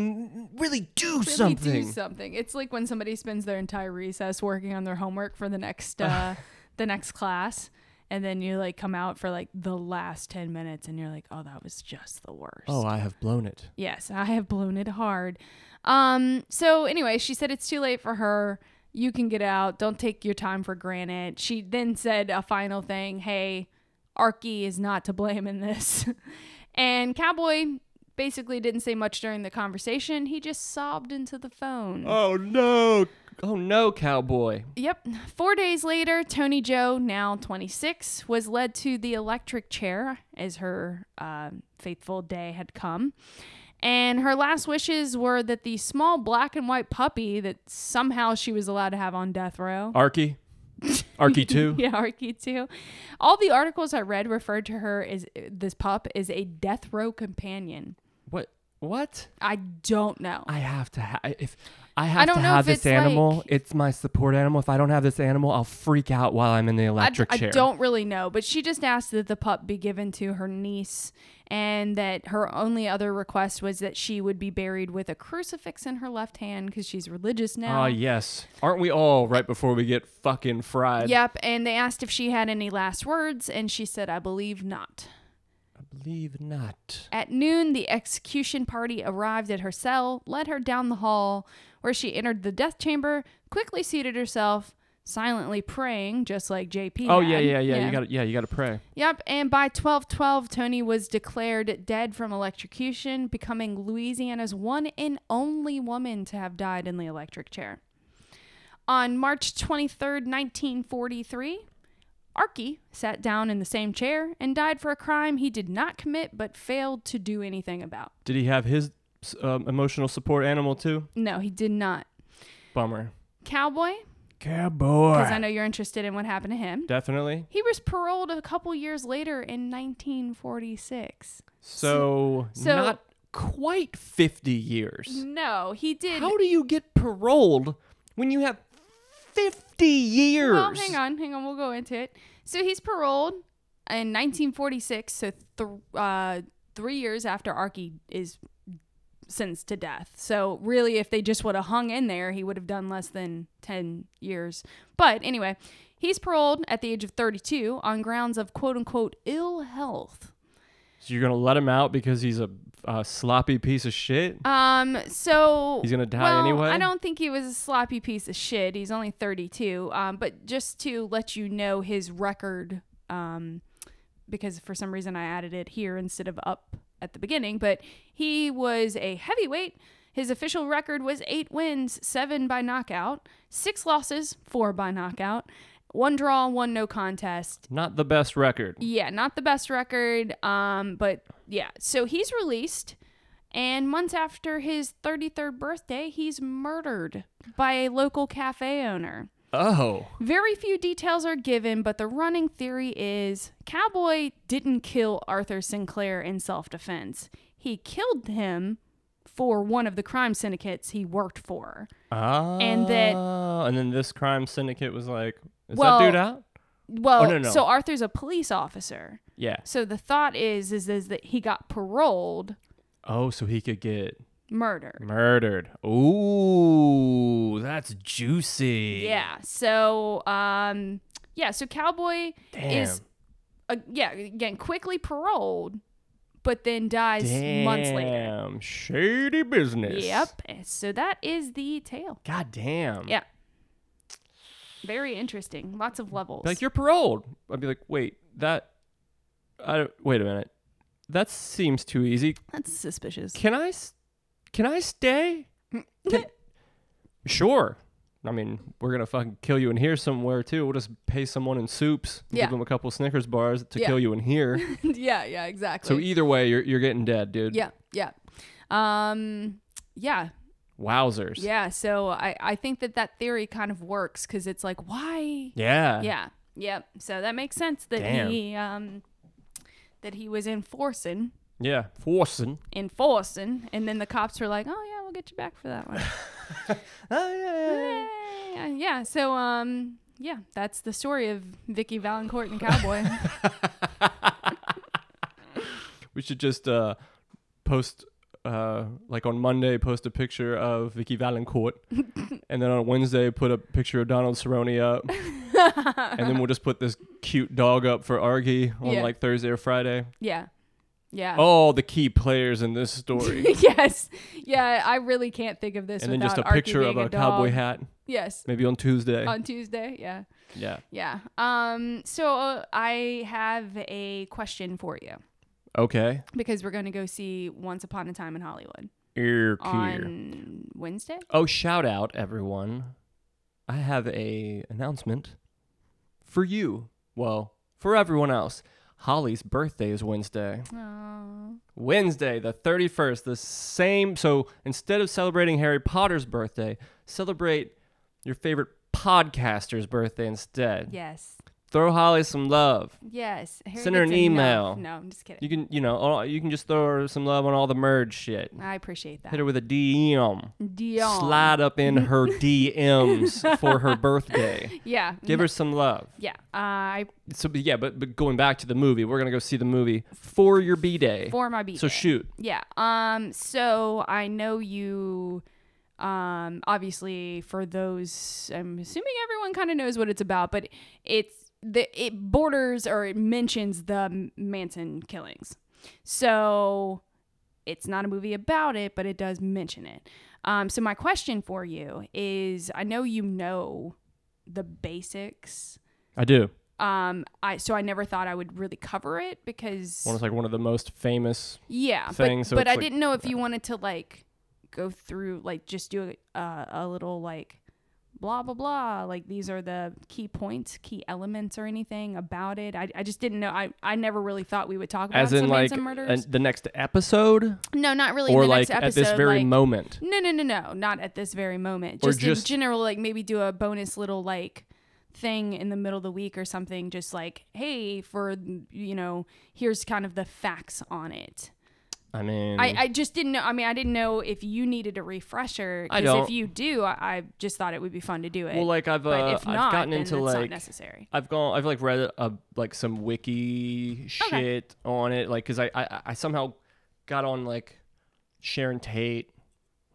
Speaker 2: really do
Speaker 3: really
Speaker 2: something.
Speaker 3: do something. It's like when somebody spends their entire recess working on their homework for the next uh, the next class, and then you like come out for like the last ten minutes, and you're like, oh, that was just the worst.
Speaker 2: Oh, I have blown it.
Speaker 3: Yes, I have blown it hard. Um, so anyway, she said it's too late for her. You can get out. Don't take your time for granted. She then said a final thing, "Hey, Arky is not to blame in this." and Cowboy basically didn't say much during the conversation. He just sobbed into the phone.
Speaker 2: Oh no. Oh no, cowboy.
Speaker 3: Yep. Four days later, Tony Joe, now 26, was led to the electric chair as her um faithful day had come. And her last wishes were that the small black and white puppy that somehow she was allowed to have on death row.
Speaker 2: Arky. Arky too.
Speaker 3: Yeah, Arky too. All the articles I read referred to her as this pup is a death row companion.
Speaker 2: What? What?
Speaker 3: I don't know.
Speaker 2: I have to ha- if I have
Speaker 3: don't
Speaker 2: to
Speaker 3: know
Speaker 2: have
Speaker 3: if
Speaker 2: this
Speaker 3: it's
Speaker 2: animal.
Speaker 3: like-
Speaker 2: It's my support animal. If I don't have this animal, I'll freak out while I'm in the
Speaker 3: I-
Speaker 2: electric
Speaker 3: I,
Speaker 2: chair.
Speaker 3: don't really know, but she just asked that the pup be given to her niece and that her only other request was that she would be buried with a crucifix in her left hand because she's religious now.
Speaker 2: Ah, yes. Aren't we all right before we get fucking fried?
Speaker 3: Yep. And they asked if she had any last words, and she said, I believe not.
Speaker 2: I believe not.
Speaker 3: At noon, the execution party arrived at her cell, led her down the hall, where she entered the death chamber, quickly seated herself, silently praying, just like JP.
Speaker 2: Oh yeah,
Speaker 3: had.
Speaker 2: yeah, yeah. You got to yeah, you got to pray.
Speaker 3: Yep, and by 1212, Tony was declared dead from electrocution, becoming Louisiana's one and only woman to have died in the electric chair. On March 23rd, 1943, Archie sat down in the same chair and died for a crime he did not commit but failed to do anything about.
Speaker 2: Did he have his s- um, emotional support animal too?
Speaker 3: No, he did not.
Speaker 2: Bummer.
Speaker 3: Cowboy, because I
Speaker 2: Cowboy.
Speaker 3: know you're interested in what happened to him.
Speaker 2: Definitely.
Speaker 3: He was paroled a couple years later in 1946.
Speaker 2: So,
Speaker 3: so-
Speaker 2: not quite 50 years.
Speaker 3: No, he did.
Speaker 2: How do you get paroled when you have 50 years?
Speaker 3: Well, hang on, hang on. We'll go into it. So he's paroled in 1946, so th- uh, three years after Archie is sentenced to death. So really, if they just would have hung in there, he would have done less than 10 years. But anyway, he's paroled at the age of 32 on grounds of quote unquote ill health.
Speaker 2: So you're going to let him out because he's a, a sloppy piece of shit?
Speaker 3: Um, so
Speaker 2: He's gonna die
Speaker 3: well,
Speaker 2: anyway?
Speaker 3: I don't think he was a sloppy piece of shit. He's only 32. Um, but just to let you know his record, um, because for some reason I added it here instead of up at the beginning, but he was a heavyweight. His official record was eight wins, seven by knockout, six losses, four by knockout, one draw, one no contest,
Speaker 2: Not the best record.
Speaker 3: yeah, not the best record. Um, but yeah, so he's released, and months after his 33rd birthday, he's murdered by a local cafe owner.
Speaker 2: Oh.
Speaker 3: Very few details are given, but the running theory is Cowboy didn't kill Arthur Sinclair in self defense. He killed him for one of the crime syndicates he worked for.
Speaker 2: And
Speaker 3: that-
Speaker 2: Ah. and then this crime syndicate was like, is
Speaker 3: Well-
Speaker 2: that dude out?
Speaker 3: Well,
Speaker 2: Oh, no, no.
Speaker 3: so Arthur's a police officer.
Speaker 2: Yeah.
Speaker 3: So the thought is is is that he got paroled
Speaker 2: Oh, so he could get
Speaker 3: murdered.
Speaker 2: murdered. Ooh, that's juicy.
Speaker 3: Yeah. So, um, yeah. So Cowboy is, uh, yeah, again, quickly paroled, but then dies months later.
Speaker 2: Damn, shady business.
Speaker 3: Yep. eh, So that is the tale.
Speaker 2: God damn.
Speaker 3: Yeah. Very interesting. Lots of levels.
Speaker 2: Like you're paroled. I'd be like, wait, that. I don't- wait a minute. That seems too easy.
Speaker 3: That's suspicious.
Speaker 2: Can I? s- Can I stay?
Speaker 3: Mm,
Speaker 2: Can- sure. I mean, we're gonna fucking kill you in here somewhere too. We'll just pay someone in soups, and
Speaker 3: Yeah.
Speaker 2: give them a couple Snickers bars to
Speaker 3: Yeah.
Speaker 2: kill you in here.
Speaker 3: yeah. Yeah.
Speaker 2: so
Speaker 3: Exactly.
Speaker 2: either way, you're you're getting dead, dude.
Speaker 3: yeah. Yeah. Um. Yeah.
Speaker 2: Wowzers.
Speaker 3: Yeah. So I I think that that theory kind of works because it's like why
Speaker 2: Yeah.
Speaker 3: Yeah. Yep. So that makes sense that
Speaker 2: Damn.
Speaker 3: he um that he was enforcing
Speaker 2: Yeah. Forcing.
Speaker 3: enforcing and then the cops were like, "Oh yeah, we'll get you back for that one."
Speaker 2: Oh yeah.
Speaker 3: Ah, yeah, yeah. So um yeah, that's the story of Vicky Valancourt and Cowboy.
Speaker 2: We should just uh, post, uh, like on Monday, post a picture of Vicky Valancourt, and then on Wednesday, put a picture of Donald Cerrone up, and then we'll just put this cute dog up for Argy on
Speaker 3: Yeah.
Speaker 2: like Thursday or Friday.
Speaker 3: yeah. Yeah.
Speaker 2: All the key players in this story,
Speaker 3: yes. Yeah, I really can't think of this
Speaker 2: and then
Speaker 3: without
Speaker 2: just a
Speaker 3: Archie
Speaker 2: picture of
Speaker 3: being
Speaker 2: a,
Speaker 3: a, dog.
Speaker 2: cowboy hat,
Speaker 3: Yes.
Speaker 2: maybe on Tuesday.
Speaker 3: On Tuesday, yeah.
Speaker 2: yeah.
Speaker 3: Yeah. Um so uh, I have a question for you.
Speaker 2: Okay.
Speaker 3: because we're going to go see Once Upon a Time in Hollywood
Speaker 2: Ear clear.
Speaker 3: on Wednesday.
Speaker 2: Oh, shout out everyone! I have a announcement for you. Well, for everyone else. Holly's birthday is Wednesday.
Speaker 3: Oh,
Speaker 2: Wednesday, the 31st, the same. So instead of celebrating Harry Potter's birthday, celebrate your favorite podcaster's birthday instead.
Speaker 3: yes,
Speaker 2: Throw Holly some love.
Speaker 3: yes. Harry
Speaker 2: Send her
Speaker 3: gets
Speaker 2: an
Speaker 3: enough.
Speaker 2: email.
Speaker 3: No, I'm just kidding.
Speaker 2: You can, you know, all, you can just throw her some love on all the merge shit.
Speaker 3: I appreciate that.
Speaker 2: Hit her with a DM.
Speaker 3: Dion.
Speaker 2: Slide up in her DMs for her birthday.
Speaker 3: Yeah.
Speaker 2: Give her some love.
Speaker 3: Yeah. I
Speaker 2: So but yeah, but, but going back to the movie, we're gonna go see the movie for your B day.
Speaker 3: for my beat.
Speaker 2: So shoot.
Speaker 3: Yeah. Um. So I know you. Um. Obviously, for those, I'm assuming everyone kind of knows what it's about, but it's the it borders or it mentions the Manson killings. So it's not a movie about it, but it does mention it. Um. So my question for you is, I know you know the basics.
Speaker 2: I do.
Speaker 3: Um. I so I never thought I would really cover it because
Speaker 2: Well, it's like one of the most famous
Speaker 3: yeah
Speaker 2: thing,
Speaker 3: but,
Speaker 2: so
Speaker 3: but
Speaker 2: it's
Speaker 3: i
Speaker 2: like-
Speaker 3: didn't know if you wanted to like go through like just do a, uh, a little like blah blah blah like these are the key points key elements or anything about it i, I just didn't know I, I never really thought we would talk about
Speaker 2: As in,
Speaker 3: some
Speaker 2: like
Speaker 3: ransom
Speaker 2: an,
Speaker 3: murders
Speaker 2: the next episode,
Speaker 3: no not really
Speaker 2: or
Speaker 3: in the
Speaker 2: like
Speaker 3: next
Speaker 2: at
Speaker 3: episode
Speaker 2: this very
Speaker 3: like-
Speaker 2: moment.
Speaker 3: no no no no not at this very moment
Speaker 2: Or
Speaker 3: just,
Speaker 2: just-
Speaker 3: in general like maybe do a bonus little like thing in the middle of the week or something just like hey for you know here's kind of the facts on it
Speaker 2: I mean,
Speaker 3: I, I just didn't know. I mean, I didn't know if you needed a refresher.
Speaker 2: I
Speaker 3: Because
Speaker 2: don't.
Speaker 3: if you do, I, I just thought it would be fun to do it.
Speaker 2: well, like I've
Speaker 3: but
Speaker 2: uh,
Speaker 3: if
Speaker 2: I've
Speaker 3: not,
Speaker 2: gotten
Speaker 3: then
Speaker 2: into
Speaker 3: it's not
Speaker 2: like
Speaker 3: necessary.
Speaker 2: I've gone. I've like read a, like some wiki shit
Speaker 3: Okay.
Speaker 2: on it, like because I, I I somehow got on like Sharon Tate,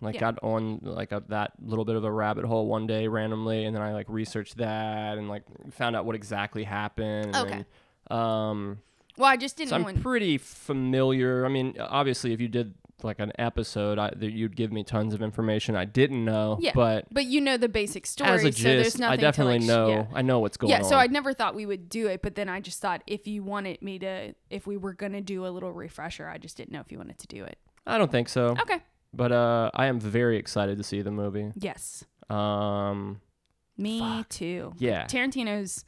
Speaker 2: like
Speaker 3: Yeah.
Speaker 2: got on like a, that little bit of a rabbit hole one day randomly, and then I like researched that and like found out what exactly happened.
Speaker 3: Okay.
Speaker 2: And, um,
Speaker 3: Well, I just didn't
Speaker 2: so I'm
Speaker 3: want.
Speaker 2: pretty familiar. I mean, obviously, if you did like an episode, I, that you'd give me tons of information I didn't know.
Speaker 3: Yeah,
Speaker 2: but
Speaker 3: but you know the basic story,
Speaker 2: as a
Speaker 3: so there's
Speaker 2: gist,
Speaker 3: nothing.
Speaker 2: I definitely
Speaker 3: to, like, sh-
Speaker 2: know.
Speaker 3: Yeah.
Speaker 2: I know what's going
Speaker 3: Yeah,
Speaker 2: on.
Speaker 3: so I never thought we would do it, but then I just thought if you wanted me to, if we were gonna do a little refresher, I just didn't know if you wanted to do it.
Speaker 2: I don't think so.
Speaker 3: Okay.
Speaker 2: But uh, I am very excited to see the movie.
Speaker 3: Yes.
Speaker 2: Um,
Speaker 3: Me
Speaker 2: Fuck.
Speaker 3: too.
Speaker 2: yeah,
Speaker 3: Tarantino's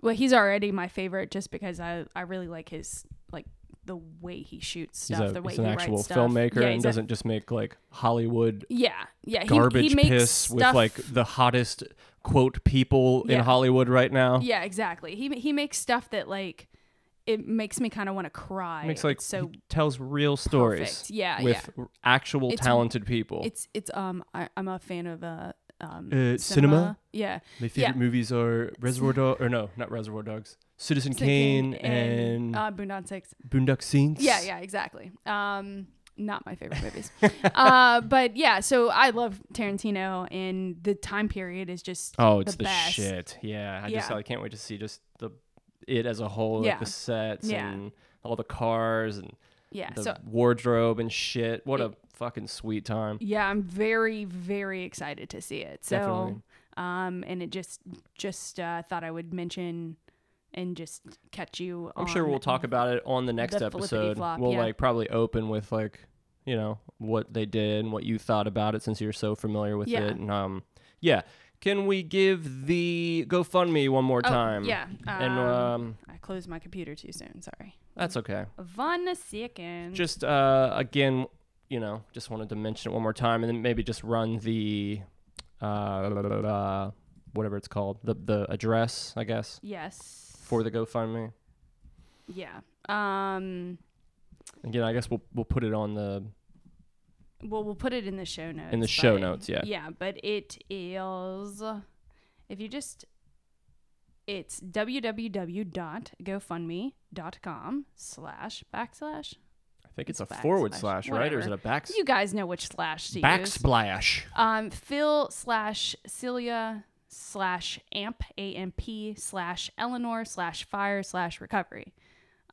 Speaker 3: well, he's already my favorite just because I I really like his like the way he shoots
Speaker 2: he's,
Speaker 3: stuff,
Speaker 2: a,
Speaker 3: the way
Speaker 2: he's an
Speaker 3: he
Speaker 2: actual
Speaker 3: writes stuff.
Speaker 2: filmmaker
Speaker 3: yeah,
Speaker 2: and
Speaker 3: he's a-
Speaker 2: doesn't just make like Hollywood
Speaker 3: yeah, yeah. He,
Speaker 2: garbage
Speaker 3: he makes
Speaker 2: piss with
Speaker 3: stuff-
Speaker 2: like the hottest quote people in
Speaker 3: Yeah.
Speaker 2: Hollywood right now.
Speaker 3: yeah, exactly. He he makes stuff that like it makes me kind of want to cry.
Speaker 2: Makes like
Speaker 3: It's so
Speaker 2: he tells real stories
Speaker 3: perfect. Yeah,
Speaker 2: with r- actual
Speaker 3: It's-
Speaker 2: talented people.
Speaker 3: it's it's um I, I'm a fan of uh um
Speaker 2: Uh, cinema?
Speaker 3: Yeah,
Speaker 2: My favorite
Speaker 3: yeah.
Speaker 2: movies are Reservoir Dogs, or no, not Reservoir Dogs, Citizen
Speaker 3: Citizen
Speaker 2: Kane
Speaker 3: Kane
Speaker 2: and,
Speaker 3: uh, Boondock Six.
Speaker 2: Boondock Saints.
Speaker 3: Yeah, yeah, exactly. Um, not my favorite movies. uh, but yeah, so I love Tarantino, and the time period is just
Speaker 2: Oh, it's the,
Speaker 3: best.
Speaker 2: shit. Yeah, I just
Speaker 3: Yeah.
Speaker 2: I can't wait to see just the it as a whole, like
Speaker 3: Yeah.
Speaker 2: the sets
Speaker 3: Yeah.
Speaker 2: and all the cars and
Speaker 3: Yeah,
Speaker 2: the
Speaker 3: so
Speaker 2: wardrobe and shit. What a fucking sweet time.
Speaker 3: yeah, I'm very very excited to see it. So,
Speaker 2: Definitely.
Speaker 3: um, and it just just uh, thought I would mention and just catch you.
Speaker 2: I'm sure we'll talk about it on the next
Speaker 3: the flippity
Speaker 2: episode.
Speaker 3: flop,
Speaker 2: we'll
Speaker 3: yeah.
Speaker 2: like probably open with like you know what they did and what you thought about it since you're so familiar with
Speaker 3: Yeah.
Speaker 2: it. And um, yeah, can we give the GoFundMe one more
Speaker 3: Oh,
Speaker 2: time?
Speaker 3: yeah,
Speaker 2: and
Speaker 3: um,
Speaker 2: um,
Speaker 3: I closed my computer too soon. Sorry.
Speaker 2: that's okay.
Speaker 3: One second.
Speaker 2: just uh, again, you know, just wanted to mention it one more time, and then maybe just run the uh, la- la- la- whatever it's called, the the address, I guess,
Speaker 3: yes.
Speaker 2: for the GoFundMe.
Speaker 3: yeah. Um.
Speaker 2: Again, I guess we'll we'll put it on the
Speaker 3: Well, we'll put it in the show notes.
Speaker 2: in the show
Speaker 3: but-
Speaker 2: notes. Yeah,
Speaker 3: Yeah, but it is. If you just. It's www.gofundme.com slash backslash.
Speaker 2: I think it's a
Speaker 3: Back
Speaker 2: forward slash,
Speaker 3: slash,
Speaker 2: right, or is it
Speaker 3: whatever.
Speaker 2: a back
Speaker 3: You guys know which slash to use.
Speaker 2: backsplash?
Speaker 3: Um, Phil slash Celia slash amp a m p slash Eleanor slash fire slash recovery.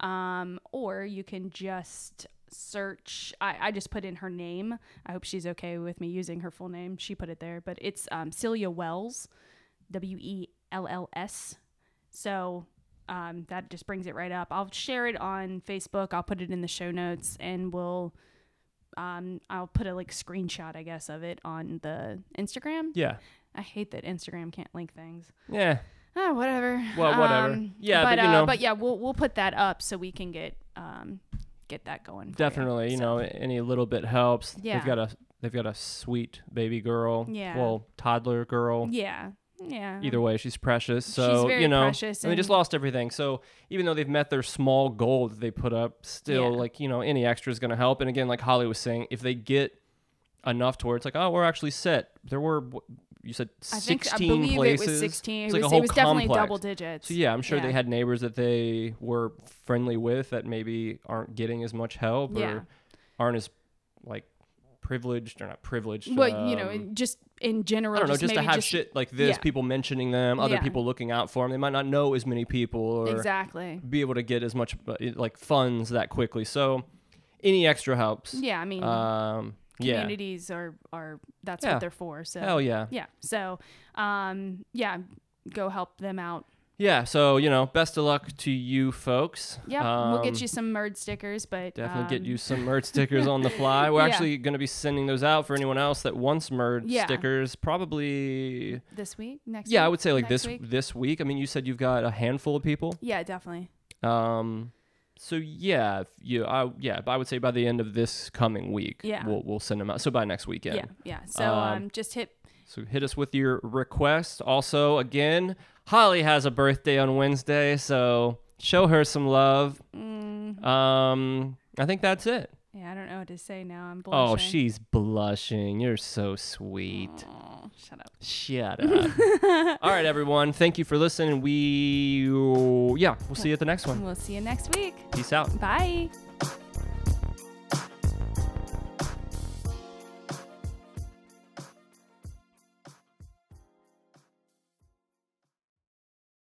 Speaker 3: Um, or you can just search. I, I just put in her name. I hope she's okay with me using her full name. She put it there, but it's um, Celia Wells, W E L L S. So um, that just brings it right up. I'll share it on Facebook. I'll put it in the show notes, and we'll um, I'll put a like screenshot, I guess, of it on the Instagram.
Speaker 2: Yeah,
Speaker 3: I hate that Instagram can't link things.
Speaker 2: yeah.
Speaker 3: Ah, whatever.
Speaker 2: Well, whatever. Yeah, but,
Speaker 3: but,
Speaker 2: you
Speaker 3: uh,
Speaker 2: know-
Speaker 3: but yeah, we'll we'll put that up so we can get um get that going. for
Speaker 2: Definitely, you know,
Speaker 3: so-
Speaker 2: any little bit helps.
Speaker 3: Yeah.
Speaker 2: They've got a they've got a sweet baby girl.
Speaker 3: Yeah.
Speaker 2: Well, toddler girl.
Speaker 3: Yeah, yeah.
Speaker 2: Either way, she's precious. So
Speaker 3: very
Speaker 2: you know,
Speaker 3: precious
Speaker 2: and they just
Speaker 3: and-
Speaker 2: lost everything. So even though they've met their small goal that they put up, still
Speaker 3: Yeah.
Speaker 2: like you know, any extra is going to help. And again, like Holly was saying, if they get enough to where it's like, oh, we're actually set. There were wh- you said
Speaker 3: I
Speaker 2: sixteen
Speaker 3: think I believe
Speaker 2: places.
Speaker 3: it was sixteen.
Speaker 2: It's
Speaker 3: it
Speaker 2: like
Speaker 3: was,
Speaker 2: a whole
Speaker 3: it was
Speaker 2: complex.
Speaker 3: definitely double digits.
Speaker 2: So yeah, I'm sure they
Speaker 3: Yeah.
Speaker 2: had neighbors that they were friendly with that maybe aren't getting as much help
Speaker 3: Yeah.
Speaker 2: or aren't as like privileged or not privileged.
Speaker 3: Well, you know,
Speaker 2: um,
Speaker 3: in- just in general,
Speaker 2: I don't know, just, to
Speaker 3: maybe
Speaker 2: have shit like this,
Speaker 3: yeah.
Speaker 2: people mentioning them, other
Speaker 3: Yeah.
Speaker 2: people looking out for them. They might not know as many people or
Speaker 3: Exactly.
Speaker 2: be able to get as much uh, like funds that quickly. So any extra helps.
Speaker 3: Yeah, I mean,
Speaker 2: Um, yeah.
Speaker 3: communities are are that's
Speaker 2: Yeah.
Speaker 3: what they're for. So
Speaker 2: Hell yeah.
Speaker 3: yeah so um yeah go help them out
Speaker 2: yeah, so you know, best of luck to you folks.
Speaker 3: Yeah, we'll
Speaker 2: Um,
Speaker 3: get you some merge stickers, but
Speaker 2: Definitely
Speaker 3: um,
Speaker 2: get you some merch stickers on the fly. We're
Speaker 3: Yeah.
Speaker 2: actually going to be sending those out for anyone else that wants merch
Speaker 3: Yeah.
Speaker 2: stickers. Probably,
Speaker 3: this week, next.
Speaker 2: yeah, I
Speaker 3: week,
Speaker 2: would say like
Speaker 3: next
Speaker 2: this
Speaker 3: Week.
Speaker 2: this week. I mean, you said you've got a handful of people.
Speaker 3: Yeah, definitely.
Speaker 2: Um, so yeah, if you, I, yeah, I would say by the end of this coming week,
Speaker 3: Yeah.
Speaker 2: we'll we'll send them out. So by next
Speaker 3: Yeah,
Speaker 2: weekend.
Speaker 3: yeah. So
Speaker 2: Um,
Speaker 3: um, just hit.
Speaker 2: So hit us with your request. Also, again, Holly has a birthday on Wednesday, so show her some love.
Speaker 3: Mm,
Speaker 2: Um, I think that's it.
Speaker 3: yeah, I don't know what to say now. I'm blushing.
Speaker 2: Oh, she's blushing. You're so sweet.
Speaker 3: Oh, shut up.
Speaker 2: Shut up. All right, everyone. Thank you for listening. We, yeah, we'll see you at the next one.
Speaker 3: We'll see you next week.
Speaker 2: Peace out.
Speaker 3: Bye.